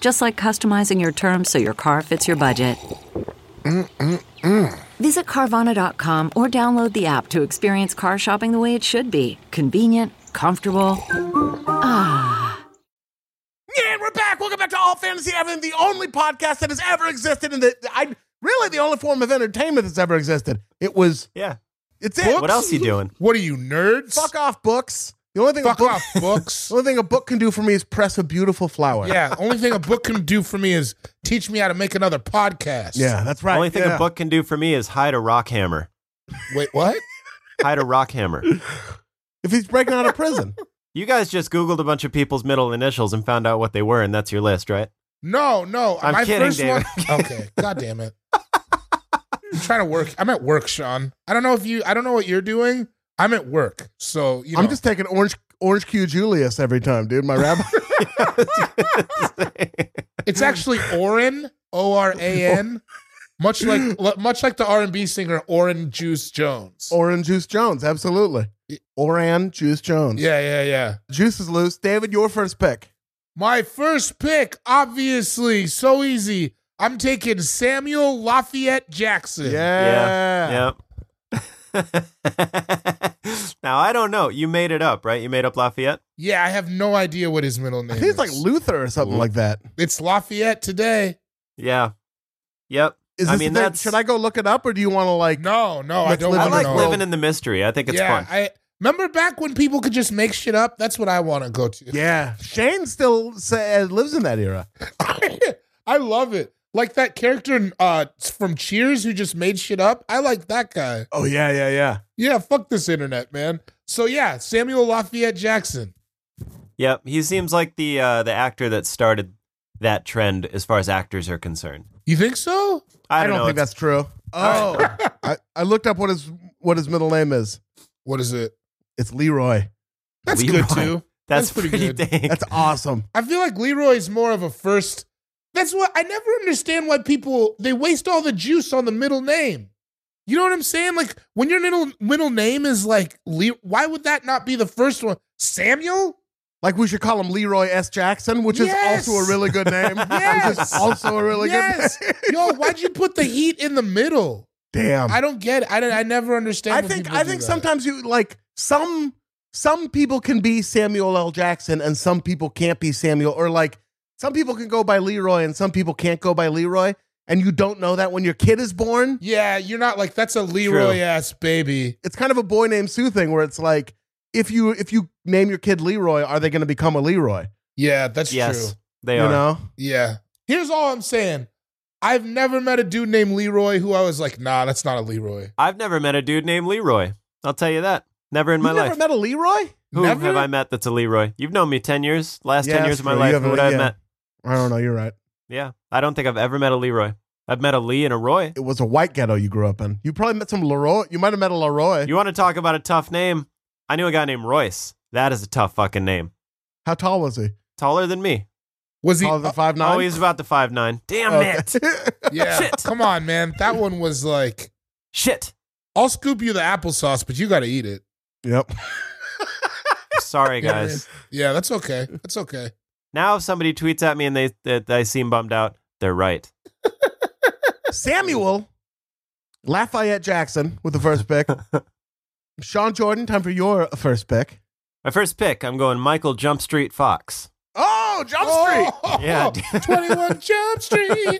Just like customizing your terms so your car fits your budget. Visit Carvana.com or download the app to experience car shopping the way it should be convenient, comfortable.
Yeah, and we're back. Welcome back to All Fantasy Everything, the only podcast that has ever existed, and that I really the only form of entertainment that's ever existed. It was.
Yeah.
It's it.
What else you doing?
What are you nerds?
Fuck off books. The only thing
Fuck
a book,
off
[laughs]
books.
The only thing a book can do for me is press a beautiful flower.
yeah, only thing a book can do for me is teach me how to make another podcast.
yeah, that's right.
Only thing
yeah.
a book can do for me is hide a rock hammer.
Wait, what?
Hide a rock hammer.
If he's breaking out of [laughs] prison,
You guys just Googled a bunch of people's middle initials and found out what they were, and that's your
[laughs]
list, right? [laughs]
No, no.
I'm kidding, David.
one. Okay. God damn it. I'm [laughs] trying to work. I'm at work, Sean. I don't know if you. I don't know what you're doing. I'm at work, so you know.
I'm just taking orange orange Q Julius every time, dude. My rabbi.
It's actually Oren O R A
[laughs]
N, much like lo- much like the R and B singer Oren Juice Jones.
Orange Juice Jones, absolutely. Oran Juice Jones.
yeah, yeah, yeah.
Juice is loose. David, your first pick.
My first pick, obviously, so easy. I'm taking Samuel Lafayette Jackson.
Yeah. Yep. [laughs] now I don't know. You made it up, right? You made up Lafayette.
Yeah, I have no idea what his middle name
I think it's like
is.
Luther or something like that.
It's Lafayette today.
Yeah. Yep.
Is this
I
I
mean, that's-
should I go look it up or do you want to like?
No, no, I
Let's
don't
live
I
want
in
to
like
know.
living in the mystery. I think it's
yeah,
fun.
I remember back when people could just make shit up. That's what I want to go to.
Yeah, Shane still say, lives in that era.
[laughs] I love it. Like that character in, uh, from Cheers who just made shit up. I like that guy.
Oh yeah, yeah, yeah.
Yeah, fuck this internet, man. So yeah, Samuel Lafayette Jackson.
yep. He seems like the uh, the actor that started that trend as far as actors are concerned.
You think so?
I
I don't,
don't,
know.
think that's true. Oh,
[laughs]
I, I looked up what his what his middle name is.
What is it?
It's Leroy.
That's
Leroy.
good
[laughs]
too.
That's,
that's pretty
pretty,
good.
dang. [laughs]
That's awesome.
I feel like Leroy's more of a first. That's what I never understand why people they waste all the juice on the middle name. You know what I'm saying? Like when your middle middle name is like Le, why would that not be the first one? Samuel?
Like we should call him Leroy S. Jackson, which
Yes.
is also a really good name. Which is
Yes.
also a really
yes.
good name. [laughs]
Yo, why'd you put the heat in the middle?
Damn.
I don't get it. I, don't- I never understand.
Um, I
when
think
people
I
do
think
that.
sometimes you like some some people can be Samuel L. Jackson and some people can't be Samuel or like some people can go by Leroy and some people can't go by Leroy and you don't know that when your kid is born.
Yeah, you're not like that's a Leroy ass baby.
It's kind of a boy named Sue thing where it's like if you if you name your kid Leroy, are they going to become a Leroy?
Yeah, that's
yes,
true.
they
you
are.
know?
Yeah. Here's all I'm saying. I've never met a dude named Leroy who I was like, nah, that's not a Leroy.
I've never met a dude named Leroy. I'll tell you that. Never in my
you
life.
never met a Leroy?
Who
Never?
have I met that's a Leroy? You've known me 10 years, last
Yeah,
10 years
that's
of my
true. You
life. Who
haven't-
would I have
yeah.
met?
I don't know, you're right.
Yeah. I don't think I've ever met a Leroy. I've met a Lee and a Roy.
It was a white ghetto you grew up in. You probably met some Leroy. You might have met a Leroy.
You want to talk about a tough name? I knew a guy named Royce. That is a tough fucking name.
How tall was he?
Taller than me.
Was he?
Taller than five nine.
Oh, he's about the five nine. Damn
Oh,
it.
yeah.
Shit.
Come on, man. That one was like,
Shit.
I'll scoop you the applesauce, but you got to eat it.
[laughs] yep. [laughs]
Sorry, guys.
Yeah, that's okay. That's okay.
Now if somebody tweets at me and they, they, they seem bummed out, they're right.
Samuel Lafayette Jackson with the first pick.
[laughs]
Sean Jordan, time for your first pick.
My first pick, I'm going Michael Jumpstreet Fox. [laughs]
Oh, Jump
Oh,
Yeah.
[laughs]
[laughs]
21 Jump Street.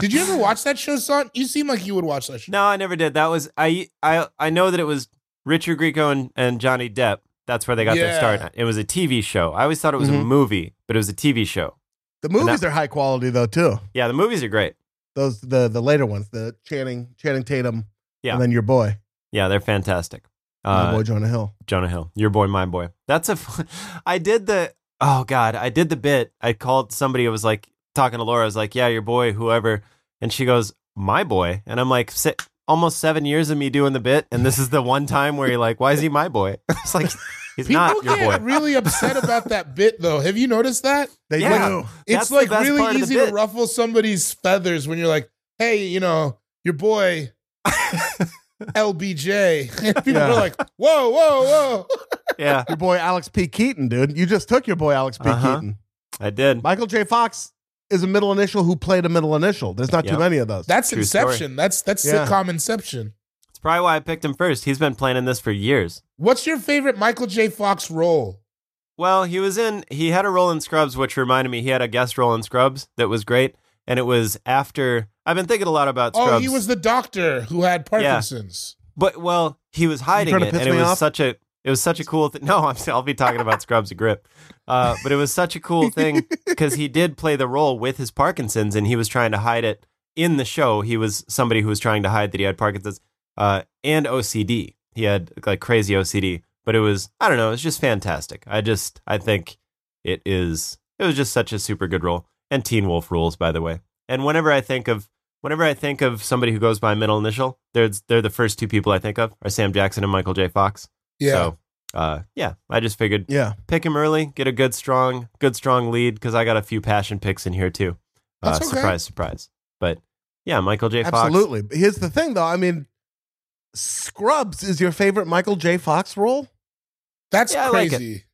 Did you ever watch that show, son? You seem like you would watch that show.
No, I never did. That was I I I know that it was Richard Grieco and, and Johnny Depp. That's where they got their
Yeah.
start. It was a TV show. I always thought it was a
Mhm.
movie, but it was a TV show.
The movies are high quality though too.
Yeah, the movies are great.
Those the the later ones, the Channing Channing Tatum,
Yeah.
and then your boy,
Yeah, they're fantastic.
my
Uh,
boy Jonah Hill.
Jonah Hill, your boy, my boy. That's a. [laughs] fu- I did the. Oh God, I did the bit. I called somebody. I was like talking to Laura. I was like, "Yeah, your boy, whoever," and she goes, "My boy," and I'm like, si Almost seven years of me doing the bit, and this is the one time where you're like, "Why is he my boy?" [laughs] It's like he's
People
not your
get
boy.
really upset about that bit, though. Have you noticed that?
They
Yeah.
do.
It's
That's the
like
best part
really
of the
easy to
bit.
ruffle somebody's feathers when you're like, hey, you know, your
[laughs]
boy LBJ. [laughs] And people
Yeah.
are like, whoa, whoa, whoa.
Yeah,
Your boy Alex P. Keaton, dude. You just took your boy Alex P.
Uh-huh.
Keaton.
I did.
Michael J. Fox is a middle initial who played a middle initial. There's not
Yep.
too many of those.
That's
True
Inception.
story.
That's that's
Yeah.
sitcom Inception.
It's probably why I picked him first. He's been planning this for years.
What's your favorite Michael J. Fox role?
Well, he was in. He had a role in Scrubs, which reminded me he had a guest role in Scrubs that was great, and it was after. I've been thinking a lot about Scrubs.
Oh, he was the doctor who had Parkinson's.
But well, he was hiding
trying to
it,
piss
and it
me
was
off?
such a it was such a cool thing. No, I'm I'll be talking about Scrubs a grip, uh, but it was such a
[laughs]
cool thing because he did play the role with his Parkinson's, and he was trying to hide it in the show. He was somebody who was trying to hide that he had Parkinson's uh, and OCD. He had like crazy OCD, but it was I don't know, it was just fantastic. I just I think it is it was just such a super good role. And Teen Wolf rules, by the way. And whenever I think of whenever I think of somebody who goes by middle initial, they're they're the first two people I think of are Sam Jackson and Michael J. Fox.
Yeah.
So, uh, yeah, I just figured
yeah.
pick him early, get a good strong good strong lead because I got a few passion picks in here too. Uh,
That's okay.
Surprise, surprise. But yeah, Michael J. Fox.
Absolutely. But Here's the thing, though. I mean, Scrubs is your favorite Michael J. Fox role?
That's
Yeah, I like it.
crazy.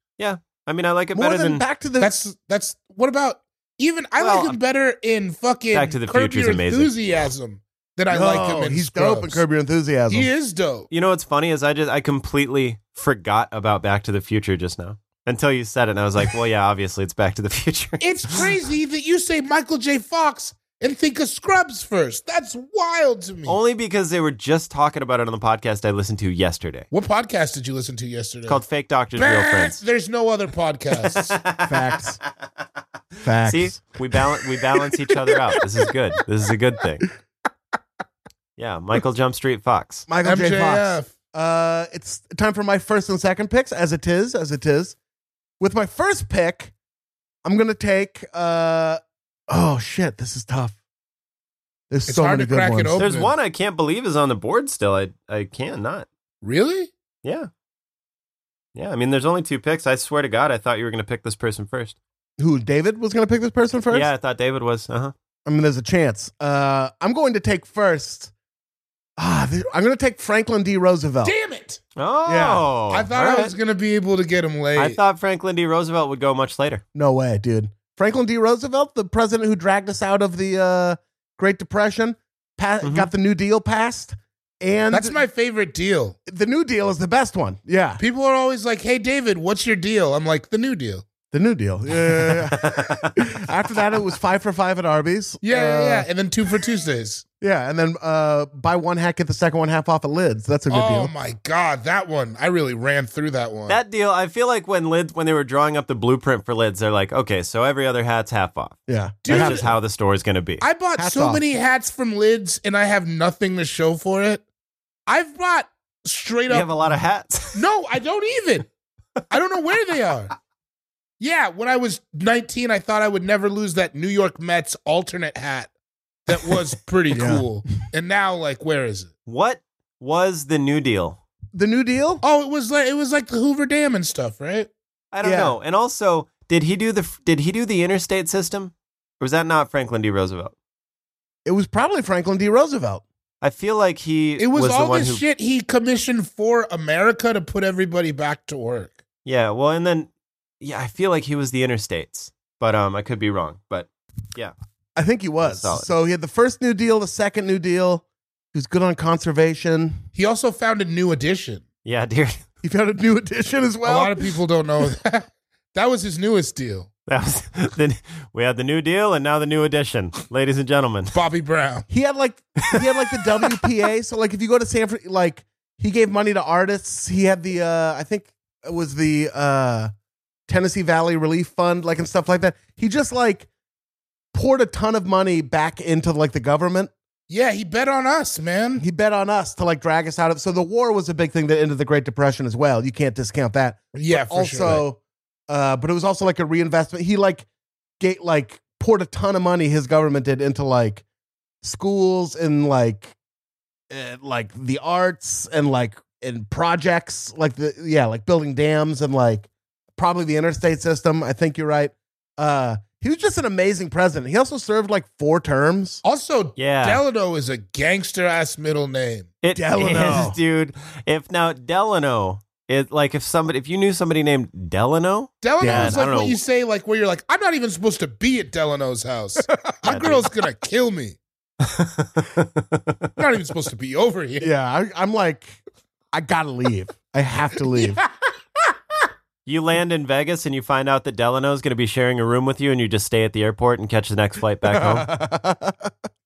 I mean, I like it
More
better
than,
than,
Back to the
That's that's what about even I
Well,
like him better in fucking
Back to the
Curb
Future's
Your
amazing.
Enthusiasm than I
No,
like him in
He's dope in
Scrubs.
Curb Your Enthusiasm.
He is dope.
You know what's funny is I just I completely forgot about Back to the Future just now until you said it, and I was like, well, yeah, obviously it's Back to
[laughs]
the Future. [laughs]
It's crazy that you say Michael J. Fox and think of Scrubs first. That's wild to me.
Only because they were just talking about it on the podcast I listened to yesterday.
what podcast did you listen to yesterday?
It's called Fake Doctors,
Bah!
Real Friends.
There's no other podcasts.
Facts. Facts.
[laughs] See, we balance we balance each other out. This is good. This is a good thing. Yeah, Michael Jumpstreet Fox.
[laughs] Michael J. Fox.
MJF.
Uh, it's time for my first and second picks, as it is, as it is. With my first pick, I'm going to take. Uh, oh, shit. This is tough. There's
It's
so
hard
many
to
good
crack it
ones.
open.
There's one I can't believe is on the board still. I I can't not.
Really?
Yeah. Yeah, I mean, there's only two picks. I swear to God, I thought you were going to pick this person first.
Who, David was going to pick this person first?
Yeah, I thought David was. Uh huh.
I mean, there's a chance. Uh, I'm going to take first Ah, th- I'm going to take Franklin D. Roosevelt.
Damn it!
Oh,
I thought I was gonna be able to get him late.
I thought Franklin D. Roosevelt would go much later.
No way, dude. Franklin D. Roosevelt, the president who dragged us out of the uh, Great Depression, pa- got the New Deal passed, and
Mm-hmm. That's my favorite deal.
the New Deal is the best one. Yeah,
People are always like, "Hey, David, what's your deal?" I'm like, "The New Deal."
the New Deal. Yeah.
[laughs]
[laughs]
After that, it was five for five at Arby's.
Yeah, yeah,
Uh,
yeah. And then two for
[laughs]
Tuesdays.
yeah, and then uh, buy one hat, get the second one half off at Lids. That's a good
oh
deal.
my god, that one! I really ran through that one.
That deal, I feel like when lid, when they were drawing up the blueprint for lids, they're like, okay, so every other hat's half off.
Yeah,
Dude.
That's just how the store is going to be.
I bought
Hats
so
off.
many hats from lids, and I have nothing to show for it. I've bought straight
you
up
have a lot of hats. [laughs]
No, I don't even. I don't know where they are. Yeah, when I was 19, I thought I would never lose that New York Mets alternate hat that was pretty
Yeah.
cool. And now, like, where is it?
what was the New Deal?
the New Deal.
Oh, it was like it was like the Hoover Dam and stuff, right?
I don't
Yeah.
know. And also, did he do the did he do the interstate system, or was that not Franklin D. Roosevelt?
It was probably Franklin D. Roosevelt.
I feel like he
It was,
the
all
one
this
who.
shit he commissioned for America to put everybody back to work.
Yeah, well, and then yeah, I feel like he was the interstates, but um, I could be wrong. But
I think he was.
Solid.
So he had the first New Deal, the second New Deal. He was good on conservation.
He also founded New Edition.
yeah, [laughs] dude,
He found a new edition as well.
a lot of people don't know that. That was his newest deal,
that was [laughs] then we had the New Deal and now the New Edition, ladies and gentlemen.
Bobby Brown.
he had like he had like the WPA. So like if you go to Sanford, like he gave money to artists. He had the uh I think it was the uh Tennessee Valley Relief Fund, like and stuff like that. He just like poured a ton of money back into like the government.
Yeah, he bet on us, man.
He bet on us to like drag us out of. So the war was a big thing that ended the Great Depression as well. You can't discount that.
Yeah, for
also,
sure.
uh, but it was also like a reinvestment. He like gate like poured a ton of money his government did into like schools and like uh, like the arts and like and projects like the yeah like building dams and like probably the interstate system. I think you're right. Uh, he was just an amazing president. He also served like four terms.
Also,
Yeah.
Delano is a gangster ass middle name.
It
Delano.
is, dude. If now Delano is like if somebody if you knew somebody named
[laughs]
Delano,
Delano
Yeah,
is
I
like
don't
what
know.
you say, like where you're like, I'm not even supposed to be at Delano's
[laughs]
house. My girl's gonna kill me. I'm not even supposed to be over here.
Yeah, I, I'm like, I gotta leave. I have [laughs] to leave.
you land in Vegas and you find out that Delano is going to be sharing a room with you, and you just stay at the airport and catch the next flight back
[laughs]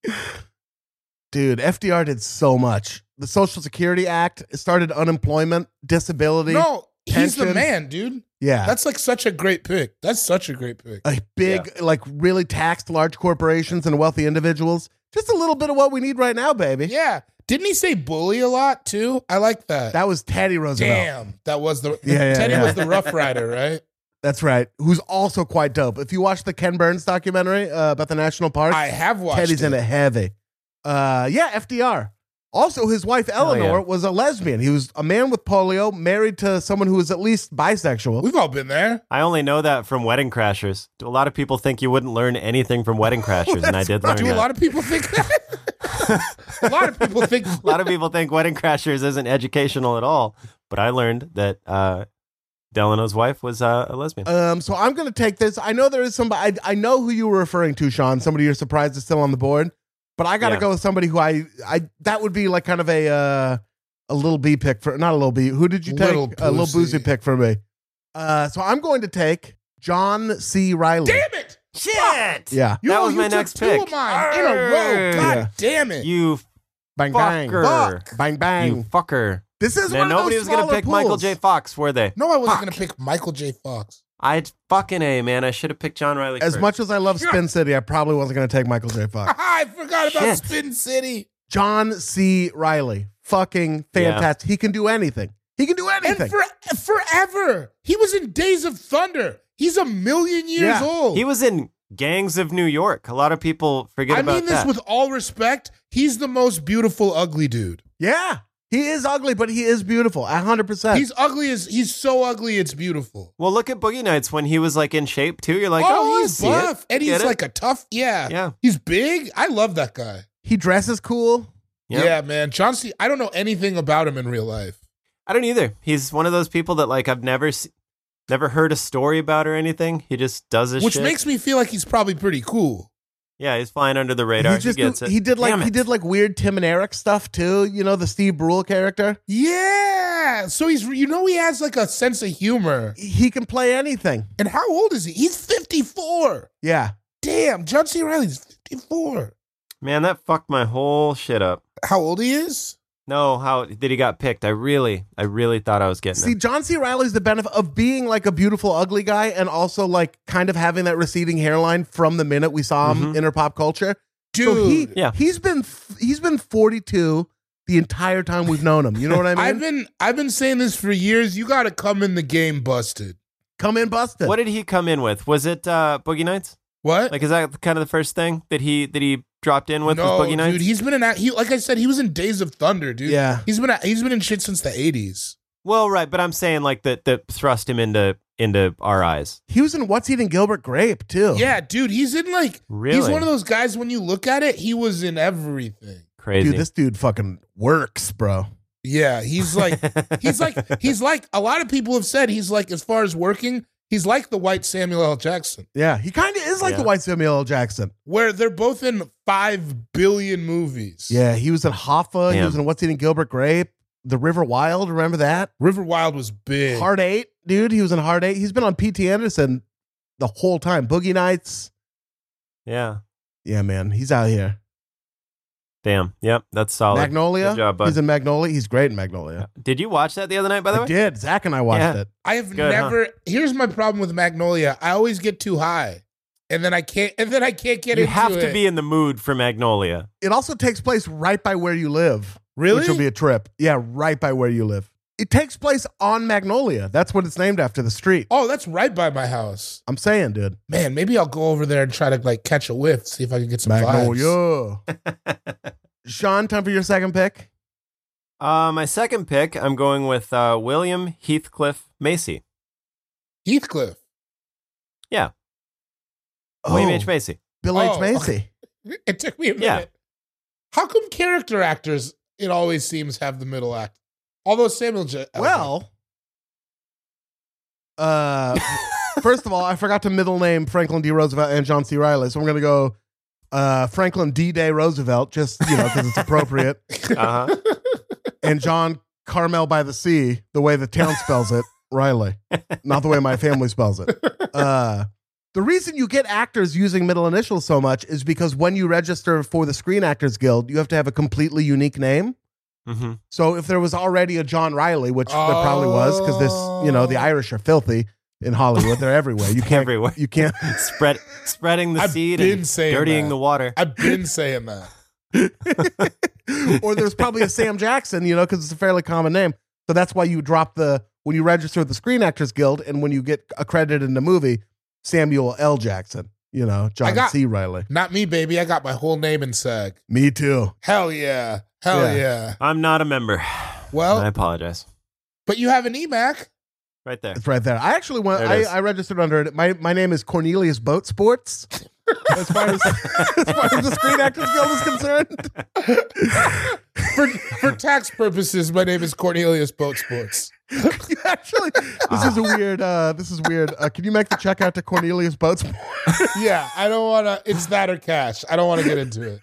home.
[laughs] Dude, FDR did so much. The Social Security Act it started unemployment, disability.
No, he's the
Tension.
man, dude.
yeah.
That's like such a great pick. That's such a great pick.
a big, like, really taxed large corporations and wealthy individuals. Just a little bit of what we need right now, baby.
Yeah. Didn't he say bully a lot too? I like that.
That was Teddy Roosevelt.
Damn. That was the
Yeah, yeah,
Teddy
yeah.
was the Rough Rider, right?
[laughs] That's right. Who's also quite dope. If you watch the Ken Burns documentary uh, about the national parks,
I have watched
Teddy's
it.
in it heavy. Uh, yeah, FDR. Also, his wife
Hell yeah.
Eleanor was a lesbian. He was a man with polio, married to someone who was at least bisexual.
We've all been there.
I only know that from Wedding Crashers. A lot of people think you wouldn't learn anything
[laughs]
from Wedding Crashers, and I did learn
Do a
that.
lot of people
[laughs]
think that? a lot of people think
[laughs] a lot of people think Wedding Crashers isn't educational at all, but I learned that uh, Delano's wife was uh, a lesbian.
Um, so I'm going to take this. I know there is somebody. I, I know who you were referring to, Sean. Somebody you're surprised is still on the board, but I got to
Yeah.
go with somebody who I I that would be like kind of a uh, a little B pick for not a little B. Who did you take?
Little
a little
pussy.
boozy pick for me. Uh, so I'm going to take John C. Riley.
Damn it!
Shit!
Yeah,
You
That
know,
was
you
my
took
next
two
pick.
of mine in a row.
Arr.
God
Yeah.
damn it.
You
bang
fucker!
bang, bang bang.
You fucker!
this is
Now,
one
nobody
of
was
those
gonna
smaller
pick Michael
pools.
J. Fox, were they?
no, I wasn't going to pick Michael J. Fox.
I fucking a man. I should have picked John Riley.
As
first.
much as I love Spin City, I probably wasn't going to take Michael J. Fox.
[laughs] I forgot about
Shit.
Spin City.
John C. Riley, fucking
Yeah.
fantastic. He can do anything. He can do anything.
And for, forever. He was in Days of Thunder. He's a million years
Yeah.
old.
he was in Gangs of New York. A lot of people forget
I
about
mean this
that.
with all respect. He's the most beautiful, ugly dude.
yeah, he is ugly, but he is beautiful. A hundred percent.
He's ugly as he's so ugly, it's beautiful.
well, look at Boogie Nights when he was like in shape too. You're like, oh,
oh,
I
he's
see it.
buff, and
Get
he's
it?
like a tough. Yeah,
Yeah.
He's big. I love that guy.
He dresses cool.
Yeah.
Yeah, man. John C. I don't know anything about him in real life.
I don't either. He's one of those people that like I've never se- never heard a story about or anything. He just does his
Which
shit.
makes me feel like he's probably pretty cool.
yeah, he's flying under the radar.
he
He,
just
gets it.
he did like
Damn it.
he did like weird Tim and Eric stuff too. You know the Steve Brule character.
Yeah. So he's you know he has like a sense of humor.
He can play anything.
And how old is he? He's 54.
Yeah,
Damn, John C. Riley's 54.
Man, that fucked my whole shit up.
How old he is?
No, how did he got picked? I really, I really thought I was getting
See,
him.
John C. Riley's the benefit of being like a beautiful, ugly guy and also like kind of having that receding hairline from the minute we saw him
Mhm.
in our pop culture.
Dude.
So he,
Yeah.
he's been he's been 42 the entire time we've known him. You know what I mean?
[laughs] I've been I've been saying this for years. You gotta come in the game busted.
Come in busted.
What did he come in with? Was it uh, Boogie Nights?
What?
Like, is that kind of the first thing that he that he dropped in with? was Boogie Nights?
dude, he's been in act- he like I said, he was in Days of Thunder, dude.
Yeah.
he's been a- he's been in shit since the eighties.
Well, right, but I'm saying like that that thrust him into into our eyes.
he was in What's Eating Gilbert Grape too.
Yeah, dude, he's in like he's
Really?
one of those guys when you look at it, he was in everything.
Crazy.
Dude, this dude fucking works, bro.
Yeah, he's
[laughs]
like he's like he's like a lot of people have said he's like as far as working, he's like the white Samuel L. Jackson,
Yeah, he kind of is like
Yeah.
the white Samuel L. Jackson.
where they're both in five billion movies.
Yeah, he was in Hoffa. He
Damn.
was in What's Eating Gilbert Grape. The River Wild. Remember that?
River Wild was big.
Hard Eight, dude. He was in Hard Eight. He's been on P.T. Anderson the whole time. Boogie Nights.
yeah.
Yeah, man, he's out here.
Damn. Yep. That's solid.
Magnolia.
Good job, bud.
he's in Magnolia. He's great in Magnolia.
Did you watch that the other night? By the
I
way,
did. Zach and I watched
Yeah.
it.
I have
Good, huh?
never. Here's my problem with Magnolia. I always get too high, and then I can't. And then I can't get
you
into
have
it.
to be in the mood for Magnolia.
It also takes place right by where you live.
Really?
Which will be a trip. Yeah, right by where you live. It takes place on Magnolia. That's what it's named after the street.
oh, that's right by my house.
I'm saying, dude.
Man, maybe I'll go over there and try to like catch a whiff, see if I can get some vibes.
Magnolia. Sean, time for your second pick.
Uh, my second pick, I'm going with uh, William Heathcliff Macy.
Heathcliff.
William
Oh,
[laughs]
H Macy.
Bill
Oh,
H. Macy.
[laughs] It took me a minute.
Yeah.
How come character actors? It always seems have the middle act. Although Samuel J.
Well, uh, first of all, I forgot to middle name Franklin D. Roosevelt and John C. Riley, so I'm going to go uh, Franklin D. Day Roosevelt, just you know, because it's appropriate,
Uh huh.
and John Carmel by the Sea, the way the town spells it, Riley, not the way my family spells it. Uh, the reason you get actors using middle initials so much is because when you register for the Screen Actors Guild, you have to have a completely unique name.
hmm
So if there was already a John Riley, which there probably was, because this, you know, the
Oh.
Irish are filthy in Hollywood. They're everywhere. You can't.
[laughs]
Everywhere.
You can't.
Spread spreading the
I've
seed
been
and
saying
dirtying
that.
the water.
I've been saying that.
or there's probably a Sam Jackson, you know, because it's a fairly common name. So that's why you drop the when you register with the Screen Actors Guild and when you get accredited in the movie, Samuel L. Jackson. You know, John
got-
C. Riley.
Not me, baby. I got my whole name in SAG.
Me too.
Hell yeah. Hell
Yeah.
yeah.
[laughs] I'm not a member. I
Well,
apologize.
but you have an E EMAC.
Right
[laughs]
there.
It's right there. I actually went.
There it
I,
is.
I registered under it. My my name is Cornelius Boat Sports. As far as, [laughs] as far as the Screen Actors Guild is concerned. [laughs]
for
[laughs]
for tax purposes, my name is Cornelius Boat Sports.
You actually, this is a weird. Uh, this is weird. Uh, can you make the check out to Cornelius Boats?
Yeah, I don't want to. It's that or cash. I don't want to get
[laughs]
into it.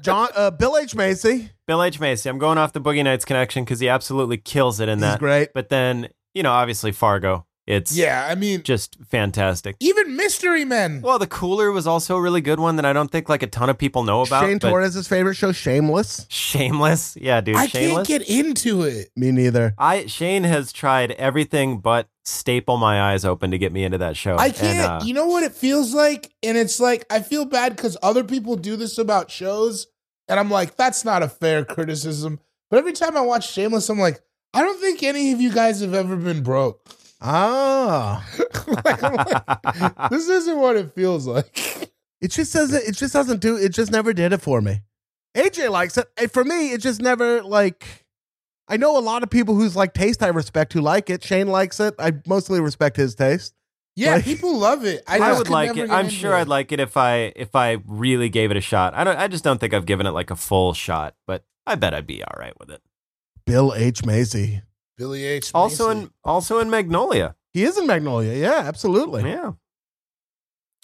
John uh, Bill H Macy.
Bill H. Macy. I'm going off the Boogie Nights connection because he absolutely kills it in
He's
that.
great.
But then, you know, obviously Fargo. It's
Yeah, I mean,
just fantastic.
even Mystery Men.
Well, The Cooler was also a really good one that I don't think like a ton of people know about.
Shane
but
Torres's favorite show, Shameless.
Shameless. Yeah, dude.
I
shameless.
can't get into it.
Me neither.
I Shane has tried everything but staple my eyes open to get me into that show.
I
And,
can't.
uh,
you know what it feels like? And it's like, I feel bad because other people do this about shows. And I'm like, that's not a fair criticism. But every time I watch Shameless, I'm like, I don't think any of you guys have ever been broke. [laughs]
Ah,
like, I'm
[laughs]
like, this isn't what it feels like.
it just doesn't. It just doesn't do. It just never did it for me. AJ likes it. And for me, it just never like. I know a lot of people whose like taste I respect who like it. Shane likes it. I mostly respect his taste.
Yeah, people love it. I,
I,
just
would
could
like
never
it.
get
I'm
into
sure
it.
I'd like it if I if I really gave it a shot. I don't. I just don't think I've given it like a full shot, but I bet I'd be all right with it.
Bill H. Macy.
Billy H.
Also
Macy.
in also in Magnolia,
He is in Magnolia. Yeah, absolutely.
yeah,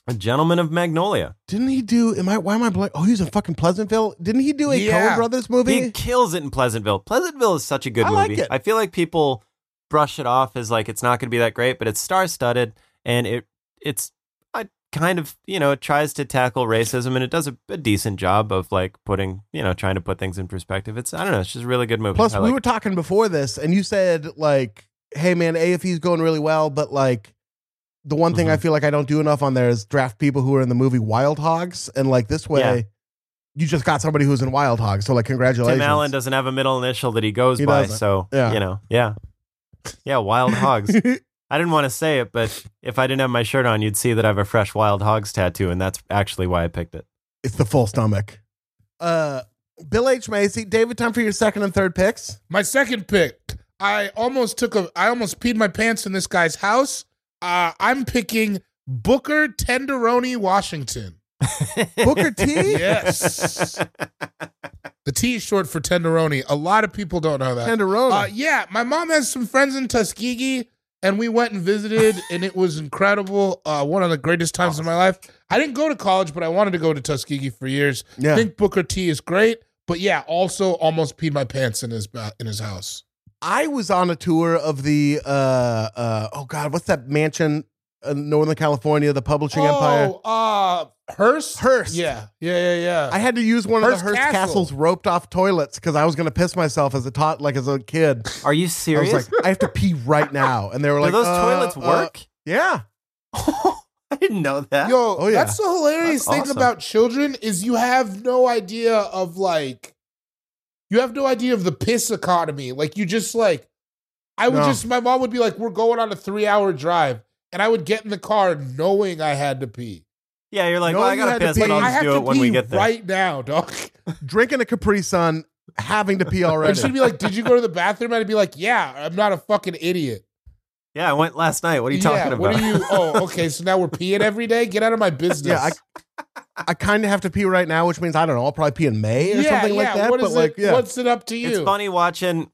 a gentleman of Magnolia.
Didn't he do? Am I? Why am I? Blank? Oh, he was in fucking Pleasantville. Didn't he do a
Yeah.
Coen Brothers movie?
He kills it in Pleasantville. Pleasantville is such a good
I like
movie.
it.
I feel like people brush it off as like it's not going to be that great, but it's star studded and it it's I kind of you know it tries to tackle racism and it does a, a decent job of like putting you know trying to put things in perspective. It's I don't know. It's just a really good movie.
Plus,
I
we
like
were
it.
talking before this, and you said like, "Hey, man, AFE's going really well," but like, the one thing I
Mm-hmm.
feel like I don't do enough on there is draft people who are in the movie Wild Hogs, and like this way,
Yeah.
you just got somebody who's in Wild Hogs. So like, congratulations.
Tim Allen doesn't have a middle initial that he goes
He
by,
doesn't.
so
Yeah.
you know, yeah,
[laughs]
yeah, wild hogs. I didn't want to say it, but if I didn't have my shirt on, you'd see that I have a fresh wild hogs tattoo, and that's actually why I picked it.
it's the full stomach. Uh, Bill H Macy, David, time for your second and third picks.
My second pick. I almost took a. I almost peed my pants in this guy's house. Uh, I'm picking Booker Tenderoni Washington.
Booker
[laughs]
T.
Yes. the T is short for tenderoni. A lot of people don't know that.
Tenderoni.
Uh, yeah, my mom has some friends in Tuskegee, and we went and visited, and it was incredible. Uh, one of the greatest times of my life. I didn't go to college, but I wanted to go to Tuskegee for years.
Yeah.
I think Booker T is great, but yeah, also almost peed my pants in his ba- in his house.
I was on a tour of the uh, uh, oh god, what's that mansion in Northern California, the publishing empire?
Oh, uh, Hearst.
Hearst.
Yeah, yeah, yeah, yeah.
I had to use one of
Hearst
the Hearst
Castle.
Castle's roped off toilets because I was gonna piss myself as a tot like as a kid.
Are
I
you
was
serious?
like, I have to pee right now, and they were
Do
like,
those
"Uh,
toilets
uh,
work? [laughs]
yeah,
I didn't know that.
Yo,
Oh, yeah.
that's the hilarious
That's
thing
awesome.
about children is you have no idea of like you have no idea of the piss economy. Like you just like I would
No.
just my mom would be like, We're going on a three hour drive and I would get in the car knowing I had to pee.
yeah, you're like,
No,
well, I
you
gotta
had to
piss, but
pee.
I
I'll just
have
do
to
it when
pee
we get there.
right now, dog. [laughs]
drinking a Capri Sun, having to pee
And
already.
she'd be like, Did you go to the bathroom? I'd be like, Yeah, I'm not a fucking idiot.
Yeah, I went last night. What are you
yeah,
talking about?
What
[laughs]
are you oh, okay, so now we're peeing every day? Get out of my business.
yeah, I, I kind of have to pee right now, which means I don't know. I'll probably pee in May or something like that.
What
but
is
like,
it?
yeah,
What's it up to you?
[laughs] It's funny watching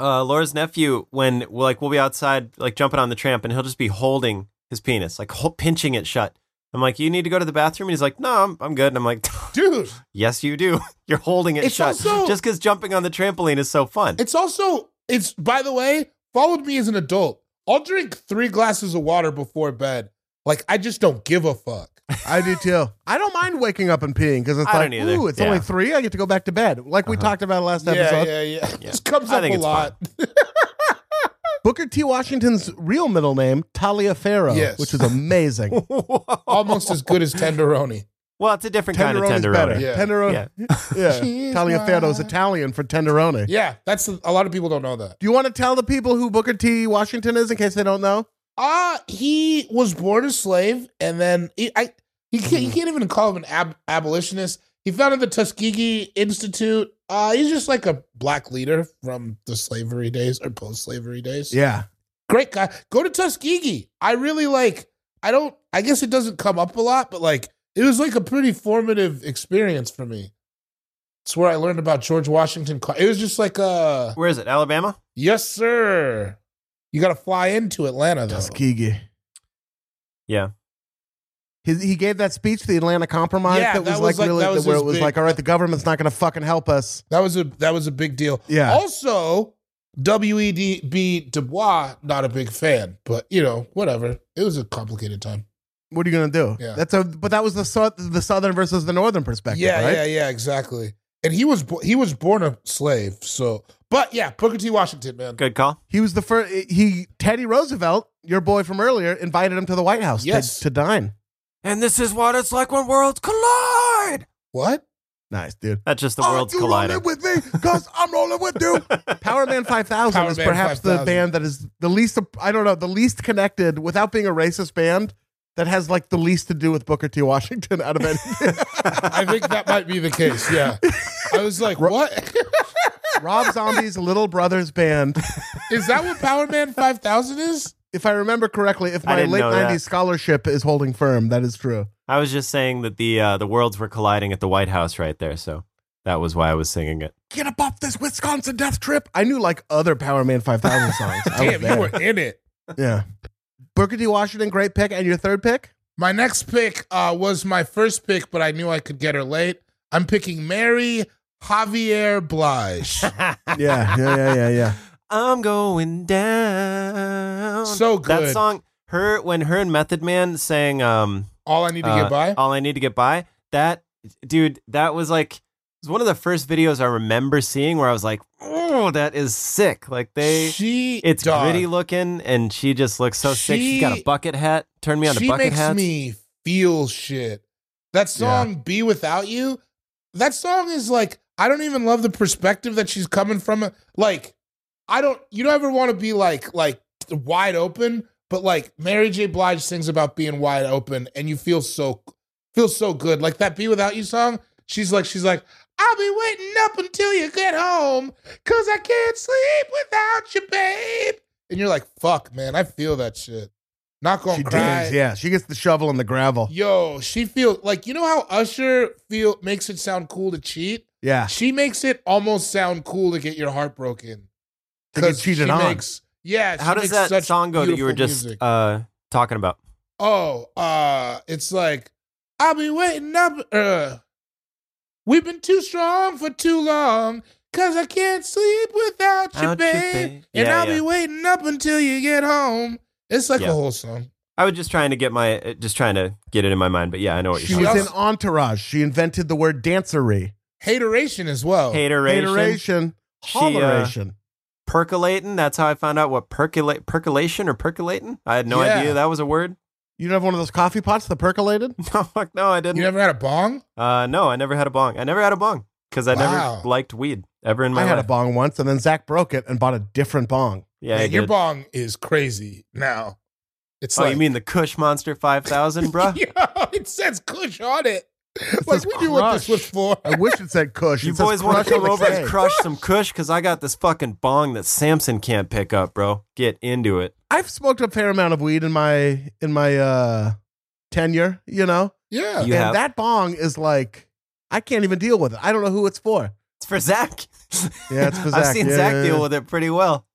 uh, Laura's nephew when like we'll be outside like jumping on the tramp and he'll just be holding his penis like ho- pinching it shut. I'm like, you need to go to the bathroom, and he's like, no, I'm, I'm good. And I'm like, [laughs]
Dude.
yes, you do. [laughs] You're holding it
It's
shut
also-
just because jumping on the trampoline is so fun.
It's also it's by the way, followed me as an adult. I'll drink three glasses of water before bed. Like I just don't give a
[laughs]
fuck.
I do too. I don't mind waking up and peeing because it's
I
like,
don't either.
ooh, it's
Yeah.
only three. I get to go back to bed, like
Uh-huh.
we talked about last episode.
yeah, yeah, yeah.
Yeah.
This comes
I
up
think
a
it's
lot. [laughs]
Booker T. Washington's real middle name, Talia Farrow,
Yes.
which is amazing.
[laughs]
Almost as good as tenderoni.
well, it's a different kind of
tenderoni is better.
tenderoni.
Yeah.
Tenderoni. [laughs] Yeah.
She's
Taliaferro's
mine.
Italian for tenderoni.
Yeah, that's a lot of people don't know that.
Do you want to tell the people who Booker T. Washington is in case they don't know?
Uh he was born a slave and then he, I he can't, you can't even call him an ab- abolitionist. He founded the Tuskegee Institute. Uh, he's just like a black leader from the slavery days or post-slavery days.
Yeah.
great guy. Go to Tuskegee. I really like. I don't. I guess it doesn't come up a lot, but like it was like a pretty formative experience for me. It's where I learned about George Washington. Car- It was just like a
Where is it? Alabama?
yes, sir. You got to fly into Atlanta though.
Tuskegee.
Yeah.
His, he gave that speech, the Atlanta Compromise,
Yeah,
that was
that
like
was like-
really
that was
where
his
it was
big-
like, all right, the government's not going to fucking help us.
That was a that was a big deal.
Yeah.
Also, E W.E.B. Du Bois, not a big fan, but you know, whatever. It was a complicated time.
What are you going to do?
Yeah.
That's a but that was the sou- the southern versus the northern perspective,
yeah,
right?
yeah, yeah, exactly. And he was bo- he was born a slave, so. But yeah, Booker T. Washington, man.
Good call.
He was the first. He Teddy Roosevelt, your boy from earlier, invited him to the White House to-
Yes.
to, dine.
And this is what it's like when worlds collide.
What?
Nice, dude.
That's just the
Are
worlds
you
colliding.
rolling with me? Cause I'm rolling with you. Power Man Five Thousand
Power
is
Man
perhaps the
5000.
band that is the least. I don't know the least connected without being a racist band that has like the least to do with Booker T. Washington [laughs] out of
[laughs]
anything.
I think that might be the case. Yeah. I was like, what?
Rob Zombie's Little Brothers band.
is that what Power Man 5000 is?
if I remember correctly, if
I
my
didn't
late
know that.
'90s scholarship is holding firm, that is true.
[laughs] I was just saying that the uh, the worlds were colliding at the White House right there, so that was why I was singing it.
Get up off this Wisconsin death trip. I knew like other Power Man 5000 songs.
[laughs]
I was
Damn,
there.
you were in it.
yeah. Booker T. Washington, great pick. And your third
[laughs]
pick?
My next pick uh, was my first pick, but I knew I could get her late. I'm picking Mary Javier
[laughs]
Blige.
Yeah, yeah, yeah, yeah, yeah.
[laughs] I'm going down.
So good.
That song, her when her and Method Man sang um
All I need to
uh,
get by.
All I Need to Get By. That dude, that was like it was one of the first videos I remember seeing where I was like, "Oh, that is sick." Like they
she
it's
dog,
gritty looking and she just looks so sick. She's got
She-
a bucket hat. Turn me on to
she
bucket
makes
hats.
me feel shit. That song "Be Without You," that song is like I don't even love the perspective that she's coming from. Like I don't, you don't ever want to be like like wide open, but like Mary J. Blige sings about being wide open, and you feel so feel so good. Like that "Be Without You" song. She's like she's like I'll be waiting up until you get home, cause I can't sleep without you, babe. And you're like, fuck, man, I feel that shit. Not gonna
She
cry.
digs, yeah. She gets the shovel and the gravel.
Yo, she feels like you know how Usher feel makes it sound cool to cheat.
Ah.
Yeah.
She makes it almost sound cool to get your heart broken
To get cheated on.
yeah.
How
she
does
makes
that
such
song go that you were
beautiful
just
music.
uh talking about?
oh, uh, it's like I'll be waiting up. Uh, we've been too strong for too long. Cause I can't sleep without you,
Out you,
babe.
babe.
And
Yeah,
I'll
yeah.
be waiting up until you get home. It's like
Yeah.
a whole song.
I was just trying to get my uh, just trying to get it in my mind, but yeah, I know what
She
you're talking
was
also-
in Entourage. She invented the word dancery.
Hateration as well.
about. Hateration.
Iteration.
She, uh,
Holleration.
percolating. That's how I found out what percolate percolation or percolating. I had no
Yeah.
idea that was a word. [laughs]
you don't have one of those coffee pots that percolated?
No, fuck, no, I
You
didn't.
never had a bong?
uh, no, I never had a bong. I never had a bong because I
Wow.
never liked weed ever in my
I had a
life.
bong once, and then Zach broke it and bought a different bong.
Yeah, I
Man, your
did.
bong is crazy now. It's
oh,
like
you mean the Kush Monster Five
[laughs]
Thousand, bruh?
Yo, it says Kush on
[laughs]
it. like
says
we knew what this
crush.
was for.
I wish it said Kush.
You
It says
boys want
crush
to come
with a
over
K.
and crush some Kush? Because I got this fucking bong that Samson can't pick up, bro. Get into it.
I've smoked a fair amount of weed in my in my uh tenure, you know,
Yeah.
You
and
have
that bong is like I can't even deal with it. I don't know who it's for.
it's for Zach.
[laughs] Yeah, it's for
I've
Zach.
seen
Yeah,
Zach
yeah, yeah.
deal with it pretty well.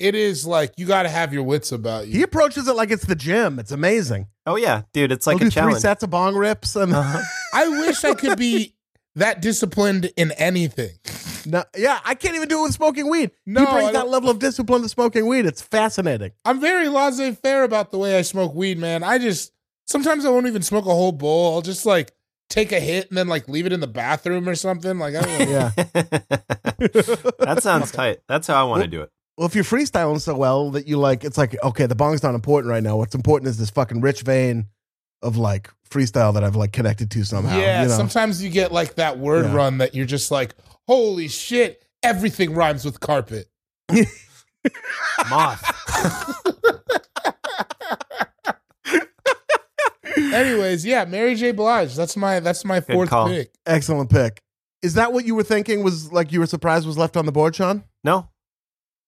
It is like you got to have your wits about
He
Mm.
you.
approaches it like it's the gym. It's amazing.
Oh yeah, dude, it's
He'll
like
do
a
three
challenge.
sets of bong rips and
Uh-huh. [laughs]
I wish I could be that disciplined in anything.
No, yeah, I can't even do it with smoking weed.
No,
he
I
brings that
don't-
level of discipline to smoking weed. It's
[laughs]
fascinating.
I'm very laissez-faire about the way I smoke weed, man. I just sometimes I won't even smoke a whole bowl. I'll just like take a hit and then like leave it in the bathroom or something. Like I don't
[laughs]
know.
Yeah.
that
[laughs]
sounds tight. That's how I want to do it.
Well, if you're freestyling so well that you like, it's like okay, the bong's not important right now. What's important is this fucking rich vein of like freestyle that I've like connected to somehow.
Yeah,
you know?
sometimes you get like that word
Yeah.
run that you're just like, holy shit, everything rhymes
[laughs]
with carpet.
Moth.
Anyways, yeah, Mary J. Blige. That's my that's my fourth
call.
pick.
Excellent pick. Is that what you were thinking? Was like you were surprised was left on the board, Sean?
no,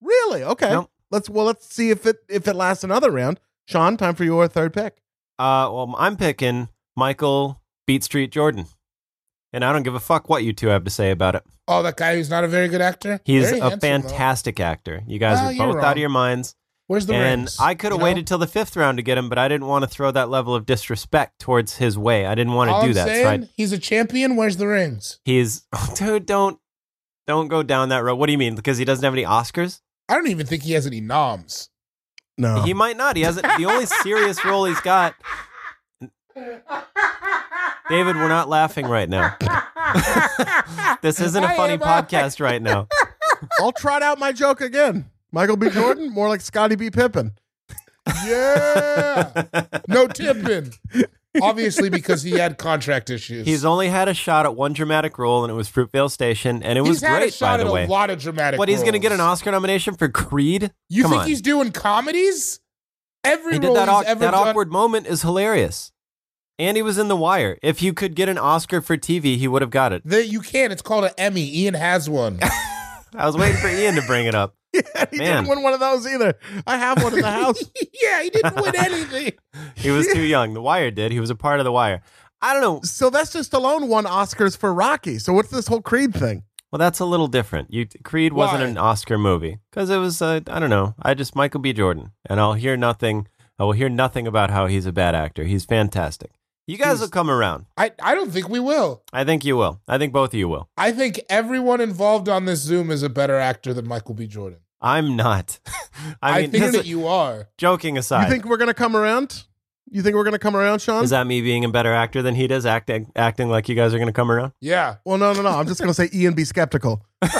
Really? Okay.
Nope.
Let's well let's see if it if it lasts another round. Sean, time for your third pick.
Uh, well, I'm picking Michael Beat Street Jordan, and I don't give a fuck what you two have to say about it.
Oh, that guy who's not a very good actor.
He's
Very
a
handsome, though.
fantastic actor. You guys
Ah,
Well,
are
you're
both
wrong.
out of your minds,
Where's the
and
rings?
I could have
You know?
waited till the fifth round to get him, but I didn't want to throw that level of disrespect towards his way. I didn't want
All
to do
I'm
that.
saying,
So I,
He's a champion. Where's the rings?
he's [laughs] oh, dude. Don't don't go down that road. What do you mean? Because he doesn't have any Oscars?
I don't even think he has any
[laughs]
noms.
No.
He might not. He hasn't. The only serious role he's got. David, we're not laughing right now. [laughs] this isn't a
I
funny
am-
podcast right now.
I'll trot out my joke again. Michael
[laughs]
B. Jordan, more like Scotty B. Pippen.
Yeah. no tipping. Obviously, because he had contract issues.
[laughs] He's only had a shot at one dramatic role, and it was Fruitvale Station, and it
He's
was
had
great,
a shot
by
at
the way.
a lot of dramatic.
But he's going to
roles.
get an Oscar nomination for Creed?
You
Come
think
on.
he's doing comedies? Every
he
role
did that,
he's
awk-
ever
that
done.
awkward moment is hilarious. And he was in The Wire. If you could get an Oscar for TV, he would have got it.
That you can. It's called an Emmy. Ian has one.
I was waiting for Ian to bring it up.
[laughs] he
Man.
didn't win one of those either. I have one in the
[laughs]
house.
[laughs] yeah, he didn't win anything.
He was too young. The Wire did. He was a part of The Wire. I don't know.
Sylvester Stallone won Oscars for Rocky. So what's this whole Creed thing?
Well, that's a little different. You Creed wasn't
Why?
an Oscar movie because it was. Uh, I don't know. I just Michael B. Jordan, and I'll hear nothing. I will hear nothing about how he's a bad actor. He's fantastic. You guys
He's-
will come around.
I, I don't think we will.
I think you will. I think both of you will.
I think everyone involved on this Zoom is a better actor than Michael B. Jordan.
I'm not. [laughs]
I,
I mean,
think
this-
that you are.
joking
You
aside,
think we're gonna come around? You think we're gonna come around, Sean?
is that me being a better actor than he does? Acting, acting like you guys are going to come around.
Yeah.
well, no, no, no. I'm just gonna say E and be
[laughs]
[laughs]
skeptical. All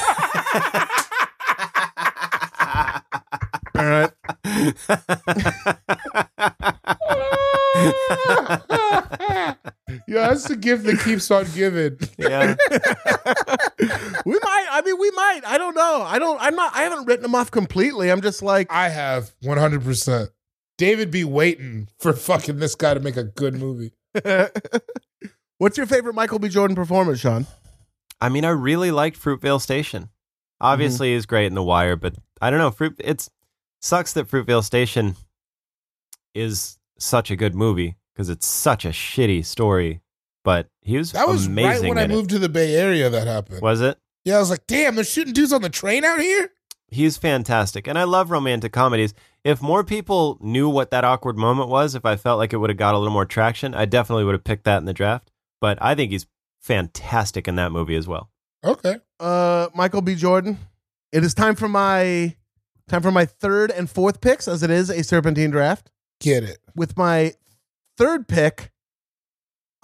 right.
yeah, that's the gift that keeps on giving.
yeah.
[laughs] We might. I mean, we might. I don't know. I don't. I'm not. I haven't written them off completely. I'm just like.
I have 100%. David be waiting for fucking this guy to make a good movie.
[laughs] What's your favorite Michael B. Jordan performance, Sean?
I mean, I really liked Fruitvale Station. Obviously, he's great in The Wire, but I don't know. Fruit it's sucks that Fruitvale Station is such a good movie because it's such a shitty story. But he was
That was right
amazing.
when I
in it.
moved to the Bay Area that happened.
Was it?
Yeah, I was like, damn, they're shooting dudes on the train out here?
He's fantastic, and I love romantic comedies. If more people knew what that awkward moment was, if I felt like it would have got a little more traction, I definitely would have picked that in the draft. But I think he's fantastic in that movie as well.
Okay.
Uh, Michael B. Jordan. It is time for my time for my third and fourth picks, as it is a serpentine draft.
Get it.
With my third pick,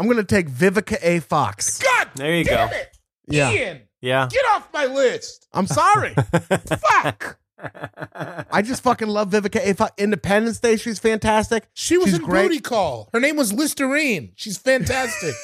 I'm going to take Vivica A. Fox.
God
There you
damn
go.
it.
Yeah.
Ian, [laughs]
Yeah.
get off my list.
I'm sorry.
[laughs] Fuck.
I just fucking love Vivica A. Fox. Independence Day, she's fantastic. [laughs]
She was
She's
in
great.
Booty Call. Her name was Listerine. She's fantastic.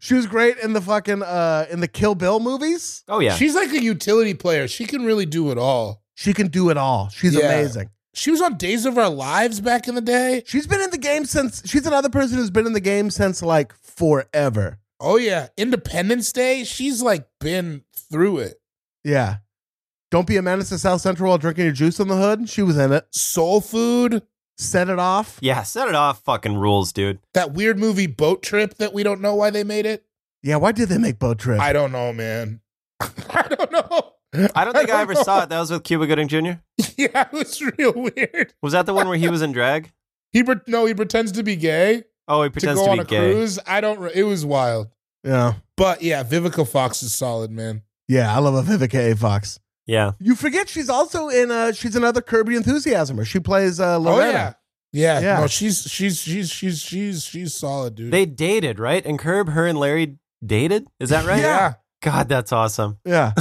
she was great in the fucking uh in the Kill Bill movies.
Oh [laughs] yeah.
She's like a utility player. She can really do it all.
She can do it all. She's
Yeah.
amazing.
She was on Days of Our Lives back in the day.
She's been in the game since she's another person who's been in the game since like forever.
Oh yeah, Independence Day. She's like been through it.
Yeah. Don't be a menace to South Central while drinking your juice on the hood. She was in it.
Soul Food,
Set it off.
Yeah, set it off. Fucking rules, dude.
that weird movie Boat Trip that we don't know why they made it.
Yeah, why did they make Boat Trip?
I don't know, man. [laughs] I don't know.
I don't
[laughs]
think I, ever
know.
saw it. That was with Cuba Gooding Jr.
[laughs] Yeah, it was real weird.
Was that the one where he was in drag?
He pre- no, he pretends to be gay
Oh,
to
he
go
pretends to,
on
be
a
gay.
cruise. I don't. Re- it was wild.
yeah.
But yeah, Vivica Fox is solid, man.
Yeah, I love a Vivica A. Fox.
Yeah.
You forget she's also in uh she's another Kirby enthusiasmer. She plays uh Loretta.
Oh yeah. Yeah,
Yeah.
no, she's she's she's she's she's she's solid, dude.
They dated, right? And Curb, her and Larry dated? Is that right?
yeah.
God, that's awesome. [laughs]
Yeah.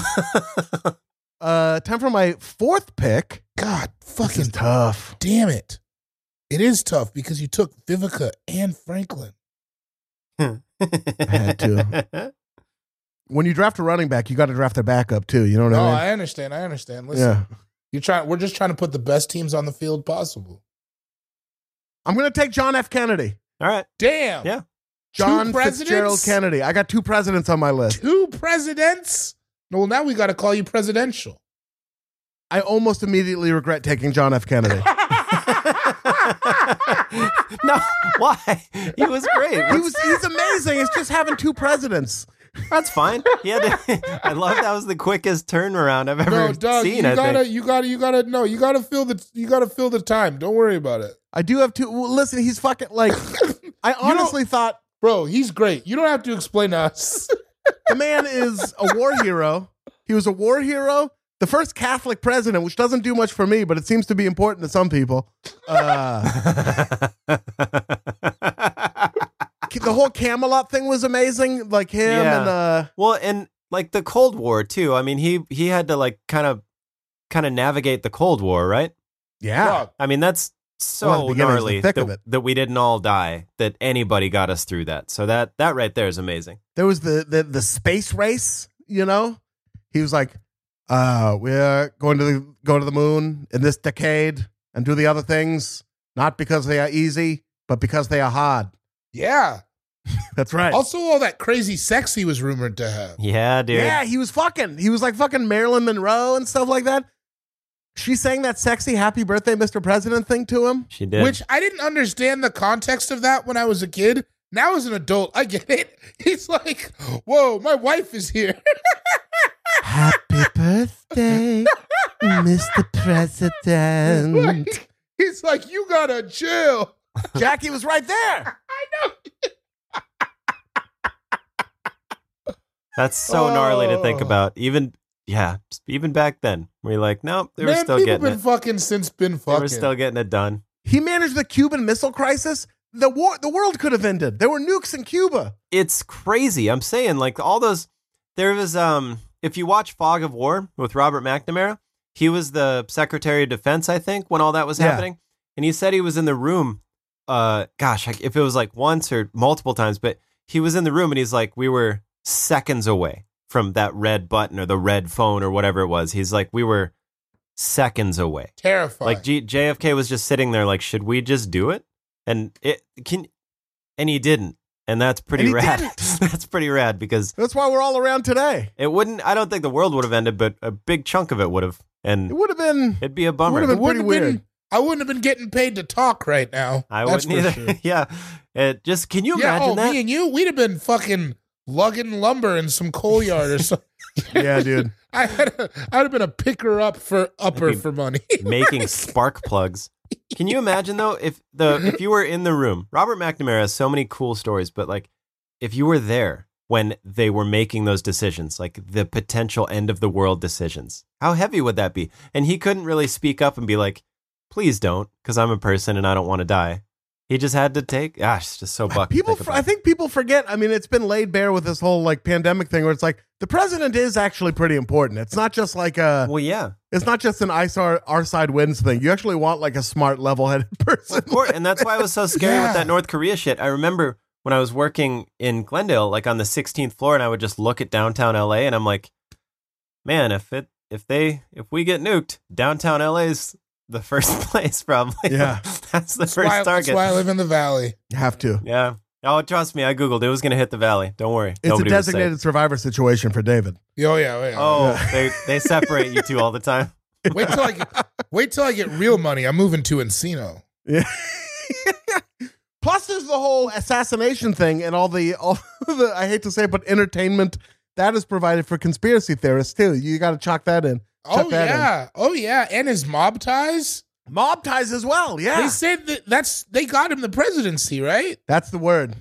uh, time for my fourth pick.
God,
This is
fucking
tough.
damn it. It is tough because you took Vivica and Franklin.
had to. When you draft a running back, you got to draft their backup too. You know what
No,
I mean?
I understand. I understand. Listen,
yeah.
you're trying. We're just trying to put the best teams on the field possible.
I'm gonna take John F. Kennedy.
[laughs] All right.
Damn.
Yeah.
Two
John
presidents?
Fitzgerald Kennedy. I got two presidents on my list.
Two presidents. No, well, now we got to call you presidential.
I almost immediately regret taking John F. Kennedy.
[laughs] no, why? He was great.
he was he's amazing. It's just having two presidents.
That's fine. He had to, [laughs] I love that was the quickest turnaround I've ever
No, Doug,
seen.
you
I
gotta,
think.
you gotta, you gotta. No, you gotta fill the, you gotta fill the time. Don't worry about it,
I do have two. Well, listen, he's fucking like. I honestly thought
bro. He's great. You don't have to explain to us. [laughs]
the man is a war hero. He was a war hero. The first Catholic president, which doesn't do much for me, but it seems to be important to some people. Uh, [laughs] the whole Camelot thing was amazing. Like him
Yeah.
and uh,
[laughs] well, and like the Cold War too. I mean, he he had to like kind of kind of navigate the Cold War, right?
yeah,
Dog,
I mean, that's
Well, at the beginning, it
so
was
gnarly
the thick
that,
of it.
that we didn't all die. That anybody got us through that. So that that right there is amazing.
there was the the the space race. You know, he was like, uh, "We're going to the, go to the moon in this decade and do the other things, not because they are easy, but because they are hard."
yeah.
[laughs] That's right.
Also, all that crazy sex he was rumored to have.
Yeah, dude.
Yeah, he was fucking. He was like fucking Marilyn Monroe and stuff like that. She sang that sexy happy birthday, Mr. President thing to him.
She did.
Which I didn't understand the context of that when I was a kid. Now as an adult, I get it. [laughs] He's like, "Whoa, my wife is here."
[laughs]
[laughs]
Happy [laughs] birthday, Mr. President.
Like, he's like, "You gotta chill."
Jackie was right there.
I know.
That's so gnarly to think
Oh.
about. Even yeah, even back then, we are like, nope, they were
Man,
still
people
getting
been
it.
fucking since been
They
fucking.
were still getting it done.
He managed the Cuban Missile Crisis. The war, the world could have ended. There were nukes in Cuba.
It's crazy. I'm saying, like all those. There was um, if you watch Fog of War with Robert McNamara, he was the Secretary of Defense, I think, when all that was
Yeah.
happening, and he said he was in the room. Uh, gosh, like, if it was like once or multiple times, but he was in the room and he's like, we were seconds away from that red button or the red phone or whatever it was. He's like, we were seconds away.
terrified.
Like G- JFK was just sitting there, like, should we just do it? And it can, and he didn't, and that's pretty
And he
rad.
didn't.
[laughs] that's pretty rad because
That's why we're all around today.
it wouldn't. I don't think the world would have ended, but a big chunk of it would have,
It
and
would have
[laughs]
been.
it'd be a bummer.
would've been
Wouldn't
pretty
have been-
weird.
I wouldn't have been getting paid to talk right now.
I
That's
wouldn't either.
for sure.
[laughs] yeah, it just can you
yeah,
imagine
oh,
that?
me and you, we'd have been fucking lugging lumber in some [laughs] coal yard or something.
Yeah, dude.
I had, a, I'd have been a picker up for upper
That'd be-
for money.
making spark plugs. Can you imagine though if the if you were in the room? Robert McNamara has so many cool stories, but like if you were there when they were making those decisions, like the potential end of the world decisions, how heavy would that be? And he couldn't really speak up and be like, "Please don't," because I'm a person and I don't want to die. He just had to take. Gosh, it's just so buck. to
people,
think
fr-
about.
I think people forget. I mean, it's been laid bare with this whole like pandemic thing, where it's like the president is actually pretty important. It's not just like a,
Well, yeah,
it's not just an I saw our side wins thing. You actually want like a smart, level-headed [laughs] person.
[laughs] of course, and that's why it was so scary
Yeah.
with that North Korea shit. I remember when I was working in Glendale, like on the 16th floor, and I would just look at downtown LA, and I'm like, man, if it if they if we get nuked, downtown LA's the first [laughs] place probably.
Yeah.
[laughs] [laughs] that's the
That's
first
why, that's
target.
why I live in the valley.
Have to.
yeah. Oh, trust me, I googled. It was gonna hit the valley. Don't worry.
It's
Nobody
a
was safe.
designated survivor situation for David.
Oh yeah, oh, yeah.
Oh, they they separate you two all
[laughs]
the time.
Wait till I
[laughs]
get, wait till I get real money. I'm moving to Encino.
Yeah. Plus, there's the whole assassination thing and all the all [laughs] the I hate to say, it, but entertainment that is provided for conspiracy theorists too. You got to chalk that in. Chuck
oh
that in.
yeah, oh yeah, and his mob ties.
Mob ties as well. Yeah,
They said that that's they got him the presidency, right?
that's the word.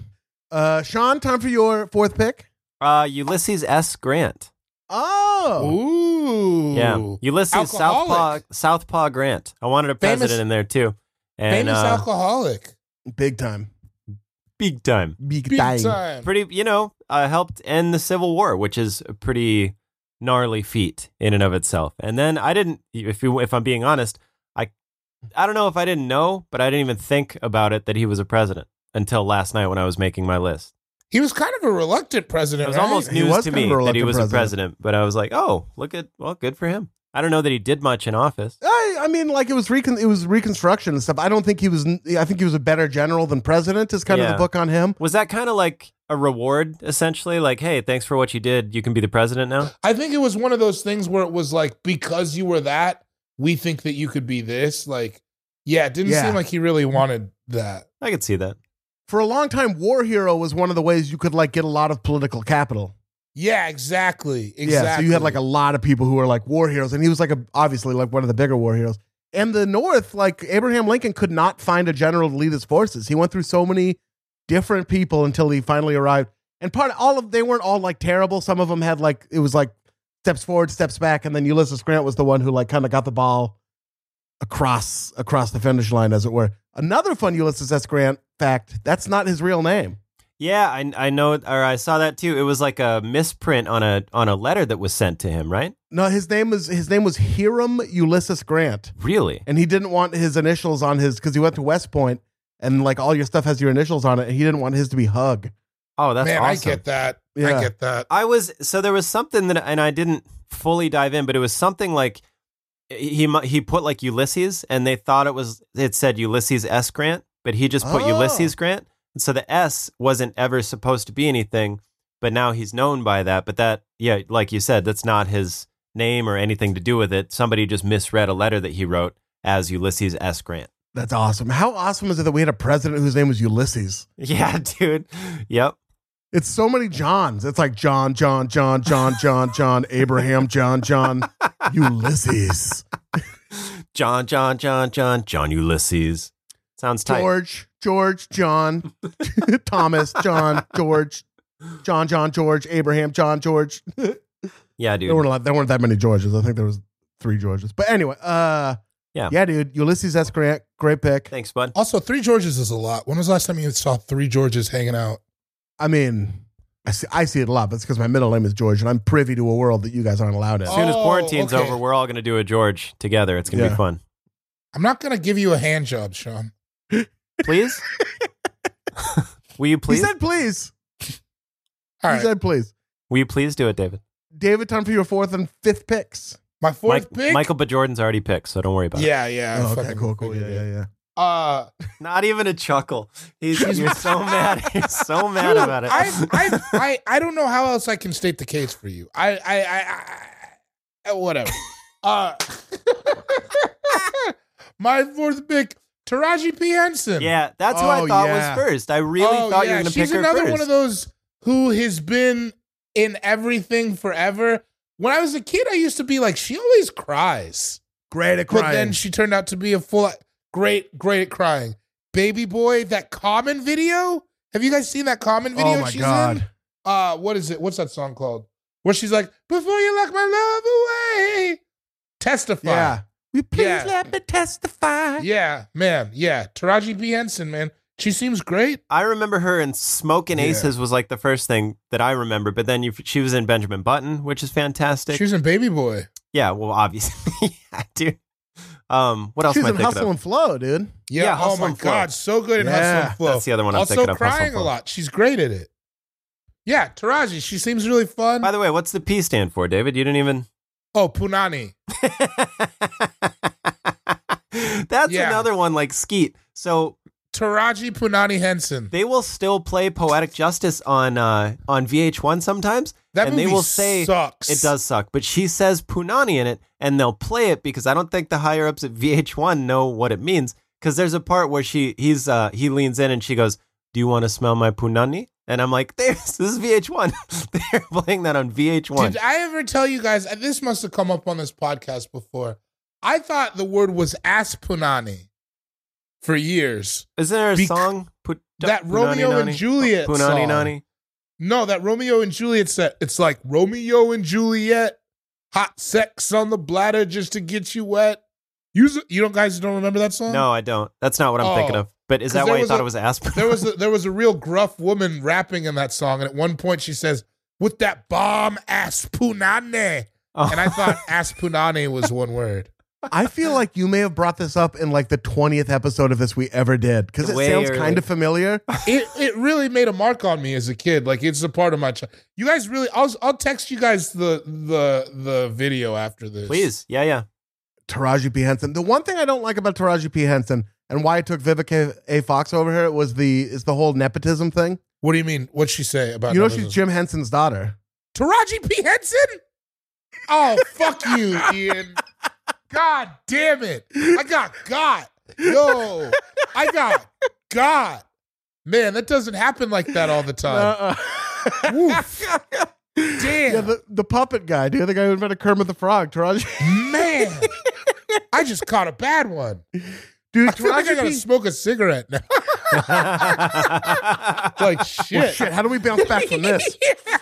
Uh, Sean, time for your fourth pick.
Uh, Ulysses S. Grant.
Oh,
Ooh,
Yeah, Ulysses Southpaw
Alcoholic.
Southpaw Grant. I wanted a
Famous-
president in there too, and
famous
uh,
alcoholic,
big time,
big time.
big,
big
time.
time.
Pretty, you know, uh, helped end the Civil War, which is a pretty gnarly feat in and of itself. And then I didn't, if you, if I'm being honest, I, I don't know if I didn't know, but I didn't even think about it that he was a president until last night when I was making my list.
He was kind of a reluctant
It
president.
was
right?
almost
He
news
was
to
kind of
me
a
that he
reluctant
was a
president.
president, but I was like, oh, look at, well, good for him. I don't know that he did much in office.
I, I mean, like it was recon- it was Reconstruction and stuff. I don't think he was. I think he was a better general than president. Is kind of
Yeah.
the book on him.
Was that kind of like a reward, essentially? Like, hey, thanks for what you did. You can be the president now.
I think it was one of those things where it was like because you were that, we think that you could be this. Like, yeah, it didn't
Yeah.
seem like he really wanted that.
I could see that.
For a long time, war hero was one of the ways you could like get a lot of political capital.
Yeah, exactly. Exactly.
Yeah, so you had like a lot of people who were like war heroes, and he was like a, obviously like one of the bigger war heroes. And the North, like Abraham Lincoln, could not find a general to lead his forces. He went through so many different people until he finally arrived. And part all of they weren't all like terrible. Some of them had like it was like steps forward, steps back, and then Ulysses Grant was the one who like kind of got the ball across across the finish line, as it were. Another fun Ulysses S. Grant fact: that's not his real name.
Yeah, I I know, or I saw that too. It was like a misprint on a on a letter that was sent to him, right?
No, his name was his name was Hiram Ulysses Grant.
Really?
and he didn't want his initials on his because he went to West Point and like all your stuff has your initials on it, and he didn't want his to be Hug.
Oh, that's
man.
awesome.
I get that.
Yeah.
I get that.
I was so there was something that, and I didn't fully dive in, but it was something like he mu- he put like Ulysses, and they thought it was it said Ulysses S. Grant, but he just put
Oh.
Ulysses Grant, So the S wasn't ever supposed to be anything, but now he's known by that. But that, yeah, like you said, that's not his name or anything to do with it. Somebody just misread a letter that he wrote as Ulysses S. Grant.
That's awesome. How awesome is it that we had a president whose name was Ulysses?
Yeah, dude. Yep.
It's so many Johns. It's like John, John, John, John, John, John, Abraham, John, John, Ulysses,
John, John, John, John, John Ulysses. Sounds tight.
George, George, John, [laughs] Thomas, John, George, John, John, George, Abraham, John, George.
Yeah, dude.
There weren't a lot, there weren't that many Georges. I think there was three Georges. But anyway, uh,
Yeah.
yeah, dude, Ulysses S. Grant, great pick.
Thanks, bud.
Also, three Georges is a lot. When was the last time you saw three Georges hanging out?
I mean, I see, I see it a lot, but it's because my middle name is George, and I'm privy to a world that you guys aren't allowed in.
As soon as
Oh,
quarantine's
okay.
over, we're all going to do a George together. It's going to
Yeah.
be fun.
I'm not gonna give you a hand job, Sean. [laughs]
Please? [laughs] Will you please?
He said, "Please."
All
he
right,
said, "Please."
Will you please do it, David?
David, time for your fourth and fifth picks.
my fourth
Mike-
pick.
Michael B. Jordan's already picked, so don't worry about it.
Yeah, yeah. I
Oh, okay,
fucking
cool, cool, yeah,
figured
yeah,
it.
yeah.
Uh,
Not even a chuckle. He's, you're [laughs] so mad. You're so mad
Dude,
about it. [laughs]
I, I, I, I don't know how else I can state the case for you. I, I, I, I, I
[laughs]
whatever. Uh, [laughs] my fourth pick, Taraji P Henson.
yeah, that's who
Oh,
I thought
yeah.
was first. I really
Oh,
thought you
yeah,
were going to
she's
pick her
another
first.
one of those who has been in everything forever. When I was a kid, I used to be like, she always cries,
Great at
but then
crying.
she turned out to be a full, great, great at crying. Baby boy, that common video. Have you guys seen that common video?
oh my
she's
god!
In? uh what is it what's that song called where she's like before you lock my love away testify
Yeah. We please
Yeah.
let me testify.
yeah man yeah taraji p henson man she seems great
I remember her in Smoke and
Yeah.
Aces was like the first thing that I remember, but then you, she was in Benjamin Button, which is fantastic.
she was in baby boy
yeah, well, obviously. [laughs] yeah, dude. Um, what else
She's
am I
in
thinking
Hustle
of?
and Flow, dude.
yeah,
Yeah,
oh
Hustle
my
and Flow.
god so good in
Yeah,
hustle and flow
that's the other one I'm
also
thinking of, Hustle and
crying a
Flow.
lot she's great at it yeah taraji she seems really fun
By the way, what's the P stand for, David? You didn't even. [laughs]
oh punani
That's
Yeah.
another one like Skeet. So
taraji punani henson
they will still play Poetic Justice on uh, on VH1 sometimes,
that
and
movie
they will say
sucks
it does suck. But she says Punani in it, and they'll play it because I don't think the higher ups at VH1 know what it means. Because there's a part where she he's uh, he leans in and she goes, "Do you want to smell my Punani?" And I'm like, "There's this is VH1. [laughs] They're playing that on VH1."
Did I ever tell you guys? and This must have come up on this podcast before. I thought the word was aspunani for years.
Isn't there a
Bec-
song Put,
that Romeo and Juliet
Punani
song.
Nani?
No, that Romeo and Juliet set. It's like Romeo and Juliet, hot sex on the bladder just to get you wet. You you don't guys don't remember that song?
No, I don't. That's not what I'm
Oh.
thinking of. But
'Cause
is that
there
why you
was
thought
a-
it was aspirin?
There was a, there was a real gruff woman rapping in that song, and at one point she says, "With that bomb aspunani,"
[laughs] Oh.
and I
[laughs]
thought aspunani was one word.
I feel like you may have brought this up in like the twentieth episode of this we ever did because it
Way
sounds
early.
kind of familiar.
it it really made a mark on me as a kid. Like it's a part of my child. You guys really. I'll I'll text you guys the the the video after this.
Please,
[laughs]
yeah, yeah.
Taraji P Henson. The one thing I don't like about Taraji P Henson and why I took Vivica A. Fox over her was the is the whole nepotism thing.
What do you mean? What'd she say about?
You know
Nova
she's
Zone?
Jim Henson's daughter.
Taraji P Henson. Oh fuck
[laughs]
you, Ian. God damn it! I got got. Yo, I got got. Man, that doesn't happen like that all the time.
Uh-uh.
Woof. Damn.
[laughs] Yeah, the, the puppet guy, dude, the guy who invented Kermit the Frog, [laughs] Taraji.
Man, I just caught a bad one.
Dude,
I feel like I
Taraji
gotta
P.
smoke a
[laughs]
cigarette now. like shit.
Well, Oh, shit, how do we bounce back from [laughs] this?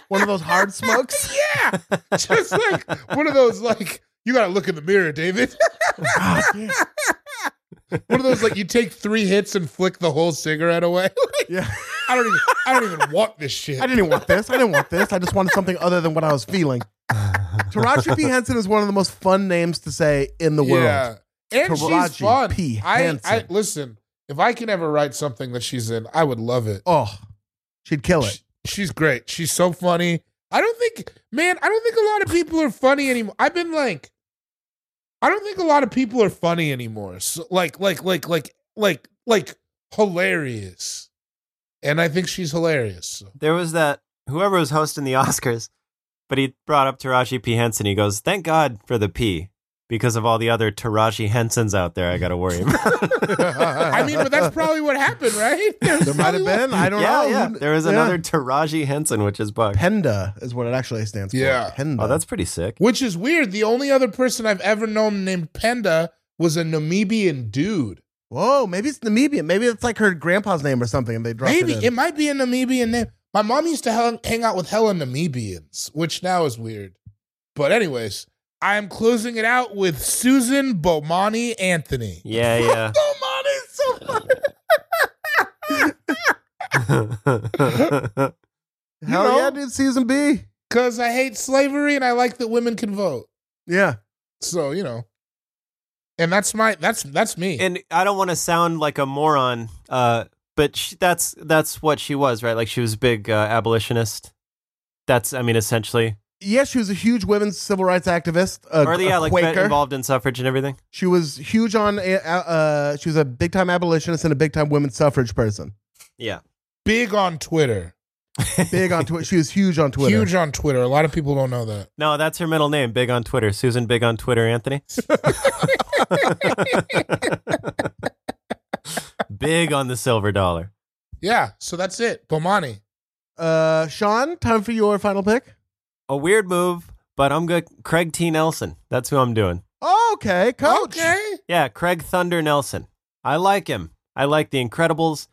One of those hard smokes?
[laughs] yeah. Just like one of those like you gotta look in the mirror, David. [laughs]
Oh,
one of those like you take three hits and flick the whole cigarette away. [laughs] Like,
Yeah.
I don't even I don't even want this shit.
I didn't want this. I didn't want this. I just wanted something other than what I was feeling. Taraji P. Henson is one of the most fun names to say in the world.
And she's
Taraji
fun.
P.
I, I
Henson.
listen, if I can ever write something that she's in, I would love it.
Oh, she'd kill [laughs] it.
Sh- She's great. She's so funny. I don't think, man, I don't think a lot of people are funny anymore. I've been like, I don't think a lot of people are funny anymore. So, like, like, like, like, like, like, hilarious. and I think she's hilarious.
There was that whoever was hosting the Oscars, but he brought up Taraji P Henson. He goes, "Thank God for the P." Because of all the other Taraji Hensons out there, I got to worry about.
[laughs] I mean, but that's probably
[laughs]
what happened, right? There
might have been. I don't
[laughs] yeah,
know.
yeah. There is
Yeah.
another Taraji Henson, which is Buck.
Penda is what it actually stands for.
Yeah.
Penda.
Oh, that's pretty sick.
Which is weird. The only other person I've ever known named Penda was a Namibian dude.
Whoa, maybe it's Namibian. Maybe it's like her grandpa's name or something, and they dropped
Maybe
it.
it,
in.
might be a Namibian name. My mom used to hang, hang out with hella Namibians, which now is weird. But anyways, I am closing it out with Susan Bomani Anthony.
Yeah, yeah.
Bomani's so funny.
[laughs]
[laughs] Hell
[laughs] Hell
know?
yeah, dude! Season B.
Cause I hate slavery and I like that women can vote.
Yeah.
So you know, and that's my that's that's me.
and I don't want to sound like a moron, uh, but she, that's that's what she was, right? Like she was a big uh, abolitionist. That's, I mean, essentially,
Yeah, she was a huge women's civil rights activist. A,
or the,
a
yeah, like been
Quaker.
involved in suffrage and everything.
She was huge on. Uh, uh, she was a big time abolitionist and a big time women's suffrage person.
Yeah,
Big on Twitter,
Big on Twitter. She was huge on Twitter.
huge on Twitter. A lot of people don't know that.
no, that's her middle name. Big on Twitter, Susan. Big on
[laughs]
Twitter, Anthony. big on the silver dollar.
Yeah, so that's it. Bomani.
Uh, Sean, time for your final pick.
A weird move, but I'm good. Craig T. Nelson. That's who I'm doing.
Okay, coach.
Okay.
Yeah, Craig Thunder Nelson. I like him. I like The Incredibles.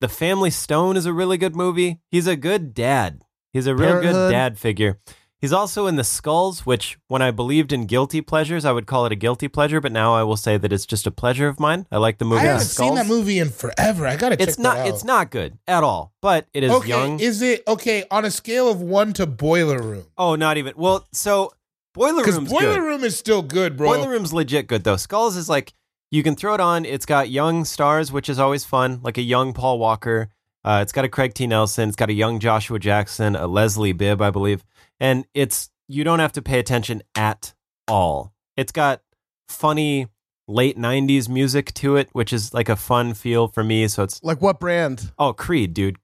The Family Stone is a really good movie. He's a good dad. He's a real good
Parenthood.
dad figure. He's also in The Skulls, which when I believed in guilty pleasures, I would call it a guilty pleasure, but now I will say that it's just a pleasure of mine. I like the movie
I
The
haven't
Skulls.
seen that movie in forever. I gotta check
It's not
that out.
it's not good at all, but it is
okay,
young.
is it okay on a scale of one to Boiler Room?
oh, not even. Well, so Boiler
Because
Room's
Boiler
good.
Room is still good, bro.
Boiler Room's legit good though. Skulls is like you can throw it on. It's got young stars, which is always fun, like a young Paul Walker. Uh, it's got a Craig T. Nelson. It's got a young Joshua Jackson, a Leslie Bibb, I believe. And it's you don't have to pay attention at all. It's got funny late '90s music to it, which is like a fun feel for me. So it's
Like what brand?
oh Creed, dude.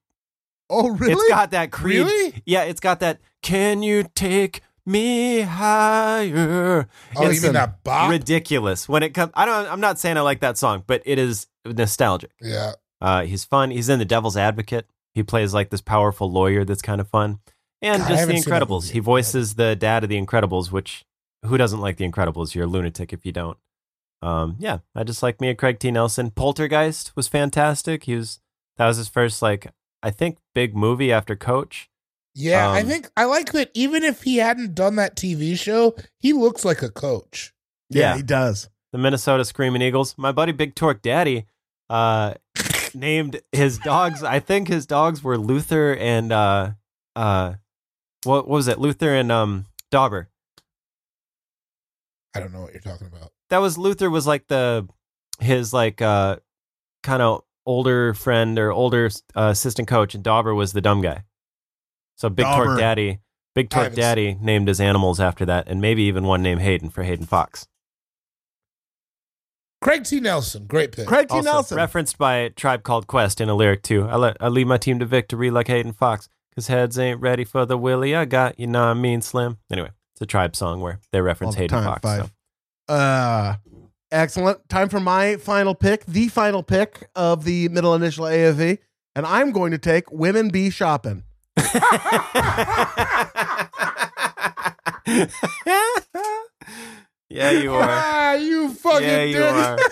Oh, really?
It's got that Creed.
Really?
Yeah, it's got that. Can you take me higher?
oh, you
It's-
mean that bop?
ridiculous when it comes. I don't. I'm not saying I like that song, but it is nostalgic.
yeah.
Uh, he's fun. He's in The Devil's Advocate. He plays like this powerful lawyer that's kind of fun, and
God, I
just The
haven't seen that
Incredibles.
movie.
He voices the dad of The Incredibles, which who doesn't like The Incredibles? You're a lunatic if you don't. Um, yeah, I just like me a Craig T. Nelson. Poltergeist was fantastic. He was that was his first like I think big movie after Coach.
Yeah, I
Um,
think I like that even if he hadn't done that TV show, he looks like a coach.
yeah,
Yeah.
he does.
the Minnesota Screaming Eagles. My buddy Big Torque Daddy uh, named his dogs. I think his dogs were Luther and uh, uh, what, what was it? Luther and um, Dauber.
I don't know what you're talking about.
That was Luther was like the his like uh, kind of older friend or older uh, assistant coach, and Dauber was the dumb guy. So Big
Dauber.
Torque Daddy, Big
I
Torque
haven't
Daddy named his animals after that, and maybe even one named Hayden for Hayden Fox.
Craig T. Nelson, great pick.
Craig T.
also
Nelson.
referenced by Tribe Called Quest in a lyric too. I let I lead my team to victory like Hayden Fox, cause heads ain't ready for the Willie I got. You know what I mean, Slim. Anyway, it's a Tribe song where they
All
reference
the time,
Hayden Fox.
five. [laughs]
so.
Uh, excellent. Time for my final pick, the final pick of the middle initial AOV. And I'm going to take Women Be Shopping.
yeah, you
[laughs]
are.
Ah, you fucking
Yeah, you
dirty-
are. [laughs]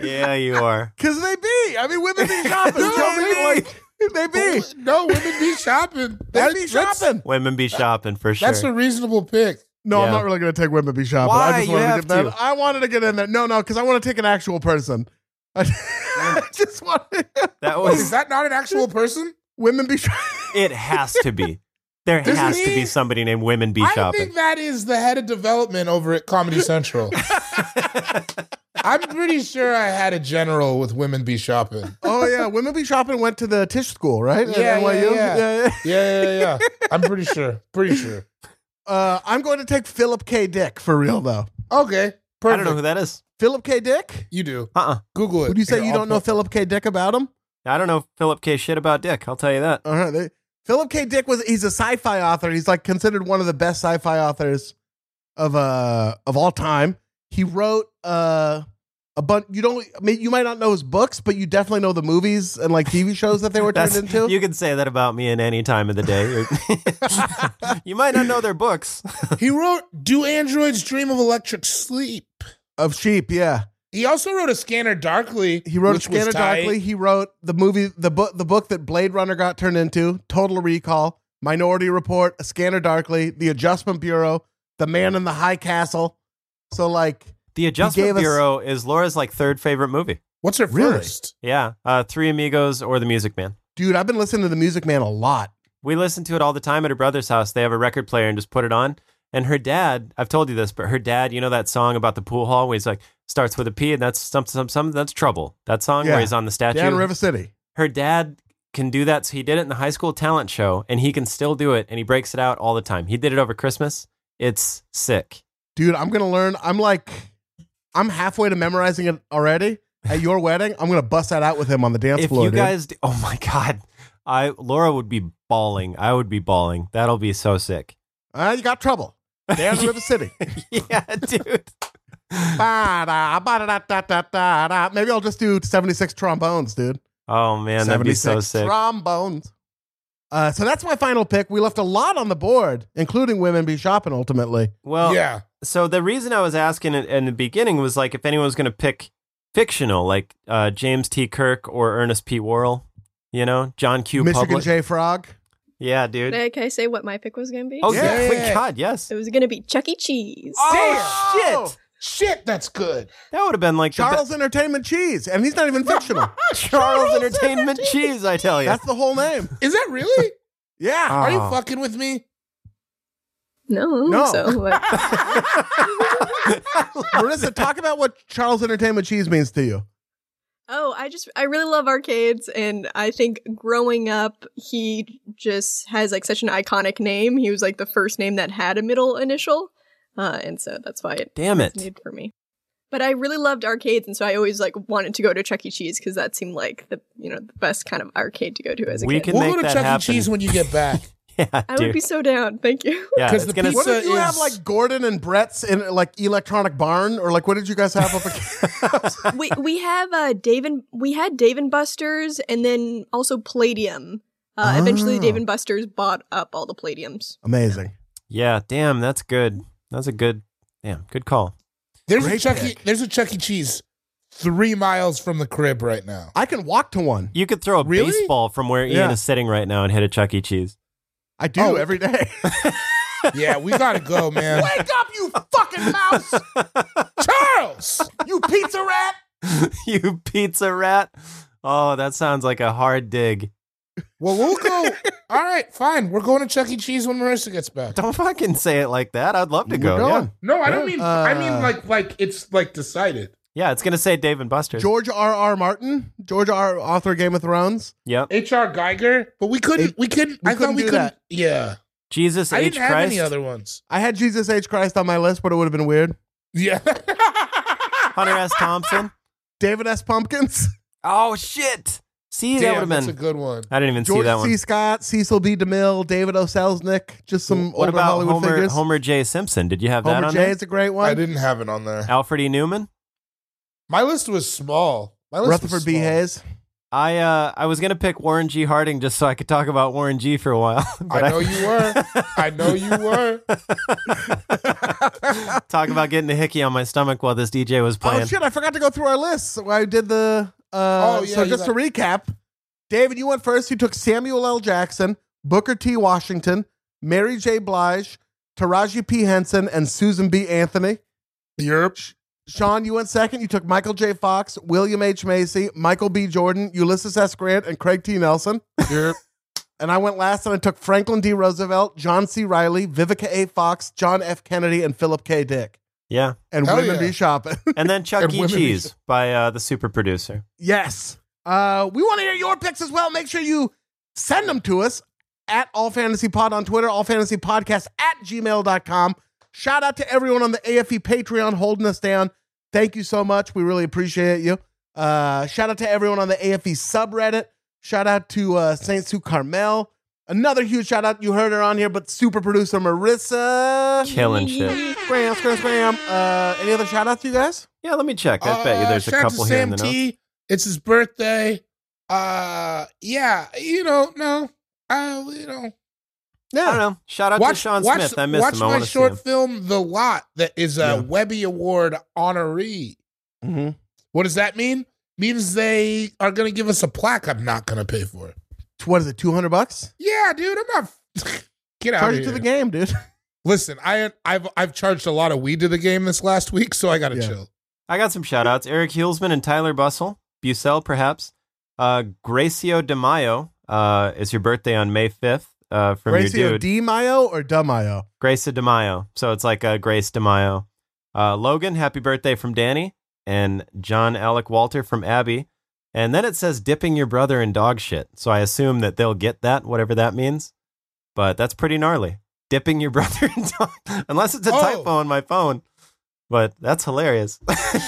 Yeah, you are.
Because they be. I mean, women
[laughs]
be shopping.
No,
Tell me,
they
like, they be.
No, women
[laughs]
be shopping.
They be shopping.
Women be shopping for sure.
That's a reasonable pick.
No, I'm
Yeah.
not really going to take women be shopping.
Why?
I just
You
wanted
have
to get that.
to.
I wanted to get in there. No, no, because I want to take an actual person. [laughs] I, I just want
that
Wait, is
was.
that not an actual person?
[laughs] women be shopping.
It has to be. There
Doesn't
has to
he-
be somebody named Women Be
I
[laughs]
Shopping.
think that is the head of development over at Comedy
[laughs]
Central. I'm pretty sure I had a general with women be shopping.
[laughs] Oh yeah, women be shopping went to the Tisch school, right? At
Yeah, yeah,
NYU?
yeah. Yeah, yeah, yeah. I'm pretty sure. Pretty sure.
Uh, I'm going to take Philip K. Dick for real though.
Okay. Perfect.
I don't know who that is.
Philip K. Dick?
you do.
Uh uh
Google it.
Would you say
Here,
you
I'll
don't know
put-
Philip K. Dick about him?
I don't know Philip K. shit about Dick. I'll tell you that.
All
Uh-huh,
right. They, Philip K. Dick was he's a sci-fi author. He's like considered one of the best sci-fi authors of uh of all time. He wrote uh a bunch you don't I mean you might not know his books, but you definitely know the movies and like TV shows that they were turned
That's-
into.
[laughs] You can say that about me in any time of the day. You're- [laughs] you might not know their books.
[laughs] he wrote "Do Androids Dream of Electric Sleep."
of sheep, yeah.
He also wrote a Scanner Darkly.
He wrote
which was
Scanner
tight.
Darkly. He wrote the movie the book the book that Blade Runner got turned into, Total Recall, Minority Report, A Scanner Darkly, The Adjustment Bureau, The Man in the High Castle. So like
The Adjustment
gave us-
Bureau is Laura's like third favorite movie.
What's her
Really?
first?
Yeah, uh, Three Amigos or The Music Man.
dude, I've been listening to the Music Man a lot.
We listen to it all the time at her brother's house. They have a record player and just put it on. And her dad, I've told you this, but her dad, you know that song about the pool hall where he's like starts with a P and that's some some some that's trouble. That song
Yeah.
where he's on the statue.
Down in River City.
her dad can do that. So he did it in the high school talent show and he can still do it and he breaks it out all the time. He did it over Christmas. It's sick.
Dude, I'm gonna learn. I'm like I'm halfway to memorizing it already. At your wedding, I'm gonna bust that out with him on the dance
if
floor.
you
dude.
guys d- oh my god. I Laura would be bawling. I would be bawling. That'll be so sick. [laughs]
Uh, you got trouble. Down in River City.
yeah, dude.
Ba-da, ba-da-da-da-da-da-da. Maybe I'll just do 76 trombones, dude.
Oh man, that'd be so sick.
trombones. Uh, so that's my final pick. We left a lot on the board, including women be shopping ultimately.
Well,
yeah.
so the reason I was asking in, in the beginning was like if anyone was going to pick fictional, like uh, James T. Kirk or Ernest P. Worrell, you know, John Q.
Michigan
Public.
J Frog.
yeah, dude.
May- Can I say what my pick was going to be?
oh yeah,
Yeah.
Thank God, yes.
It was going to be Chuck E. Cheese.
Oh shit,
Shit, that's good.
that would have been like
Charles Entertainment Cheese. And he's not even
[laughs]
fictional.
the be- [laughs] Charles Entertainment Cheese. I tell you,
That's the whole name.
Is that [laughs] really?
Yeah.
Are you
Oh.
fucking with me?
No,
No.
so but
[laughs] Marissa, talk about what Charles Entertainment Cheese means to you.
Oh, I just I really love arcades and I think growing up he just has like such an iconic name. He was like the first name that had a middle initial. Uh, and so that's why it
[laughs] damn it.
made for me. But I really loved arcades and so I always like wanted to go to Chuck E. Cheese cuz that seemed like the you know the best kind of arcade to go to as a
We
kid.
can
we'll
make
go to
that
Chuck
happen.
E. Cheese when you get
[laughs]
back.
Yeah,
I would
dude.
be so down. Thank
[laughs]
you.
yeah,
'Cause
it's
the
gonna.
pizza-
What did you
is-
have like Gordon and Brett's in like electronic barn or like what did you guys have up against?
we we have uh Dave and we had Dave and Buster's and then also Palladium. Uh, Eventually,
Ah.
Dave and Buster's bought up all the Palladiums.
[laughs] Amazing.
yeah, damn, that's good. That's a good, damn, good call.
There's a
Great
Chuck E.
pick.
There's a Chuck E. Cheese three miles from the crib right now.
I can walk to one.
You could throw a
Really?
baseball from where Ian
Yeah.
is sitting right now and hit a Chuck E. Cheese.
I do
Oh.
every
[laughs]
day.
Yeah, we gotta go, man.
Wake up, you fucking mouse!
Charles,
You pizza rat!
[laughs] you pizza rat. Oh, that sounds like a hard dig.
well, we'll go. All right, fine. We're going to Chuck E. Cheese when Marissa gets back.
Don't fucking say it like that. I'd love to go.
We're
Yeah.
going.
No, I don't mean. I
Uh,
mean like like it's like decided.
yeah, it's gonna say Dave and Buster's.
George R. R. Martin, George R. author of Game of Thrones.
yep.
H.R. Geiger, but we couldn't.
It-
we couldn't.
we
I thought
couldn't
we
do
couldn't.
that.
Yeah,
Jesus
I
H.
didn't have
Christ.
any other ones.
I had Jesus H. Christ on my list, but it would have been weird.
[laughs] Yeah, [laughs]
Hunter S. Thompson.
David S. Pumpkins,
Oh shit. See, that would
Damn,
have
that's a
been.
good one.
I [laughs] didn't even see
George
that one.
C. Scott, Cecil B. DeMille, David O. Selznick, just some
what
older
about
Hollywood
Homer
figures.
Homer J. Simpson? Did you have that
Homer
on
J.
there?
is a great
I
one.
didn't have it on there.
Alfred E. Newman.
My list was small. My list was
Rutherford B.
small.
Hayes.
I uh I was gonna pick Warren G. Harding just so I could talk about Warren G. for a while. [laughs] but
I know you were. I know you were.
[laughs] talk about getting a hickey on my stomach while this DJ was
Oh
playing.
shit! I forgot to go through our list. So I did the. Uh,
Oh, yeah,
so
you
just to recap, David, you went first. You took Samuel L. Jackson, Booker T. Washington, Mary J. Blige, Taraji P. Henson, and Susan B. Anthony.
Yep.
Sean, you went second. You took Michael J. Fox, William H. Macy, Michael B. Jordan, Ulysses S. Grant, and Craig T. Nelson.
Yep.
And I went last, and I took Franklin D. Roosevelt, John C. Riley, Vivica A. Fox, John F. Kennedy, and Philip K. Dick.
Yeah.
And
Hell
women
yeah.
be shopping. [laughs]
And
[laughs]
then Chuck
And
E.
women-
Cheese by uh, the super producer.
Yes. Uh, we want to hear your picks as well. Make sure you send them to us at All Fantasy Pod on Twitter, All Fantasy Podcast at gmail.com. Shout E out to everyone on the AFE Patreon holding us down. Thank you so much. We really appreciate you. Uh, shout out to everyone on the AFE subreddit. Shout out to uh, Saint Sue Carmel. Another huge shout out. You heard her on here, but super producer Marissa.
Killing
[laughs]
shit.
Spam, spam, spam. Uh, any other shout outs, you guys?
Yeah, let me check. I bet you
Uh,
there's a
shout out
couple
to
here in
Sam
the notes.
T. It's his birthday. Uh, yeah, you know, no, uh, you know,
I don't know. Shout out to Sean
watch,
Smith. I missed
watch
him. I
my
want to see
short
him.
film, The Lot, that is a
Yeah.
Webby Award honoree.
Mm-hmm.
What does that mean? Means they are going to give us a plaque. I'm not going to pay for it.
What is it? Two hundred bucks?
Yeah, dude, I'm not. [laughs] Get out
Charge
of
it to
here.
the game, dude.
Listen, I I've I've charged a lot of weed to the game this last week, so I got to
Yeah.
chill.
I got some shout outs. Eric Hulsman and Tyler Bussell, Bucel perhaps. Uh, Gracio De Mayo uh, is your birthday on May 5th uh, from your
Ratio
dude,
D Mayo or D Mayo?
Gracia De Mayo. So it's like uh, Grace De Mayo. Uh, Logan, happy birthday from Danny and John Alec Walter from Abby. And then it says dipping your brother in dog shit. So I assume that they'll get that, whatever that means. But that's pretty gnarly. Dipping your [laughs] brother in dog, unless it's a
Oh.
typo on my phone. But
[laughs]
that's hilarious.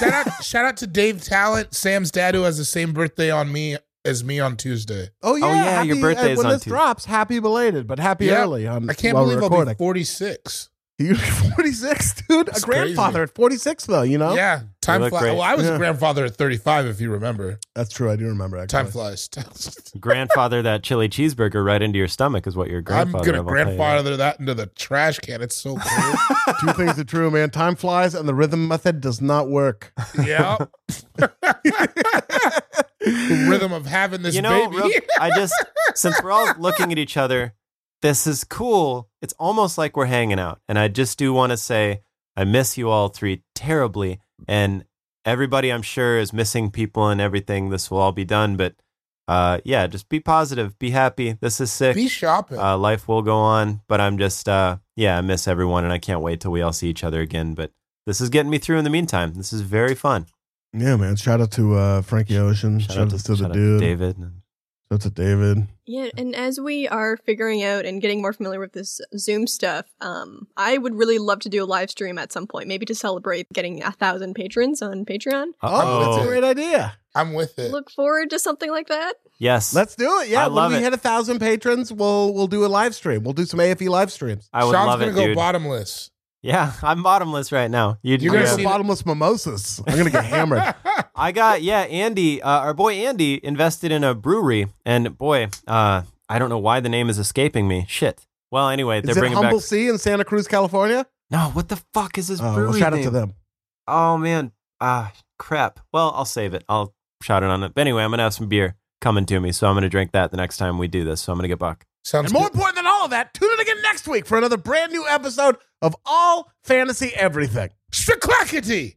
shout out shout out to Dave Talent, Sam's dad, who has the same birthday on me as me on Tuesday.
Oh yeah,
yeah,
happy,
your birthday
uh,
is
when
on
this
Tuesday.
drops. Happy belated, but happy
Yeah.
early. On
I can't
while we're
believe I'll
recording.
be 46.
You're 46, dude.
It's
a grandfather at 46, though. You know.
Yeah, time
look
flies.
great.
Well, I was
Yeah.
a grandfather at 35, if you remember.
that's true. I do remember. Actually.
Time flies. [laughs]
grandfather that chili cheeseburger right into your stomach is what your
I'm
grandfather.
gonna
of, I'll tell you that.
grandfather that into the trash can. It's so cool.
Two things are true, man. Time flies, and the rhythm method does not work.
yeah,
[laughs]
the rhythm of having this
You know,
[laughs] baby.
[laughs]
real- I just since we're all looking at each other, this is cool. It's almost like we're hanging out, and I just do want to say I miss you all three terribly, and everybody I'm sure is missing people and everything. This will all be done, but uh, yeah, just be positive, be happy. This is sick.
Be shopping.
uh, life will go on, but I'm just, uh, yeah, I miss everyone and I can't wait till we all see each other again. But this is getting me through in the meantime. This is very fun.
Yeah, man. Shout out to uh, Frankie Ocean. Shout, out to, the dude. Shout
David.
out to David.
Yeah, and as we are figuring out and getting more familiar with this Zoom stuff, um, I would really love to do a live stream at some point, maybe to celebrate getting a thousand patrons on Patreon.
Oh, that's a
Uh-oh.
great idea.
I'm with it.
Look forward to something like that.
Yes.
Let's do it. Yeah,
I
when
love
we
it.
hit a thousand patrons, we'll we'll do a live stream. We'll do some AFE live streams.
I would
Sean's
love
gonna
it,
go
dude.
bottomless.
yeah, [laughs] I'm bottomless right now. You,
You're
You're gonna
Yeah.
have
see-
bottomless mimosas. I'm
[laughs]
gonna get hammered.
I got yeah. Andy, uh, our boy Andy, invested in a brewery, and boy, uh, I don't know why the name is escaping me. Shit. Well, anyway, they're
Is it
bringing
Humble
back.
Sea in Santa Cruz, California?
No, what the fuck is this
Oh,
brewery
well, shout out to
name?
them.
Oh man, ah crap. Well, I'll save it. I'll shout it on it. But anyway, I'm gonna have some beer coming to me, so I'm gonna drink that the next time we do this. So I'm gonna get buck.
[laughs] Sounds
And more
good.
important than all of that, tune in again next week for another brand new episode of All Fantasy Everything.
Straklackety.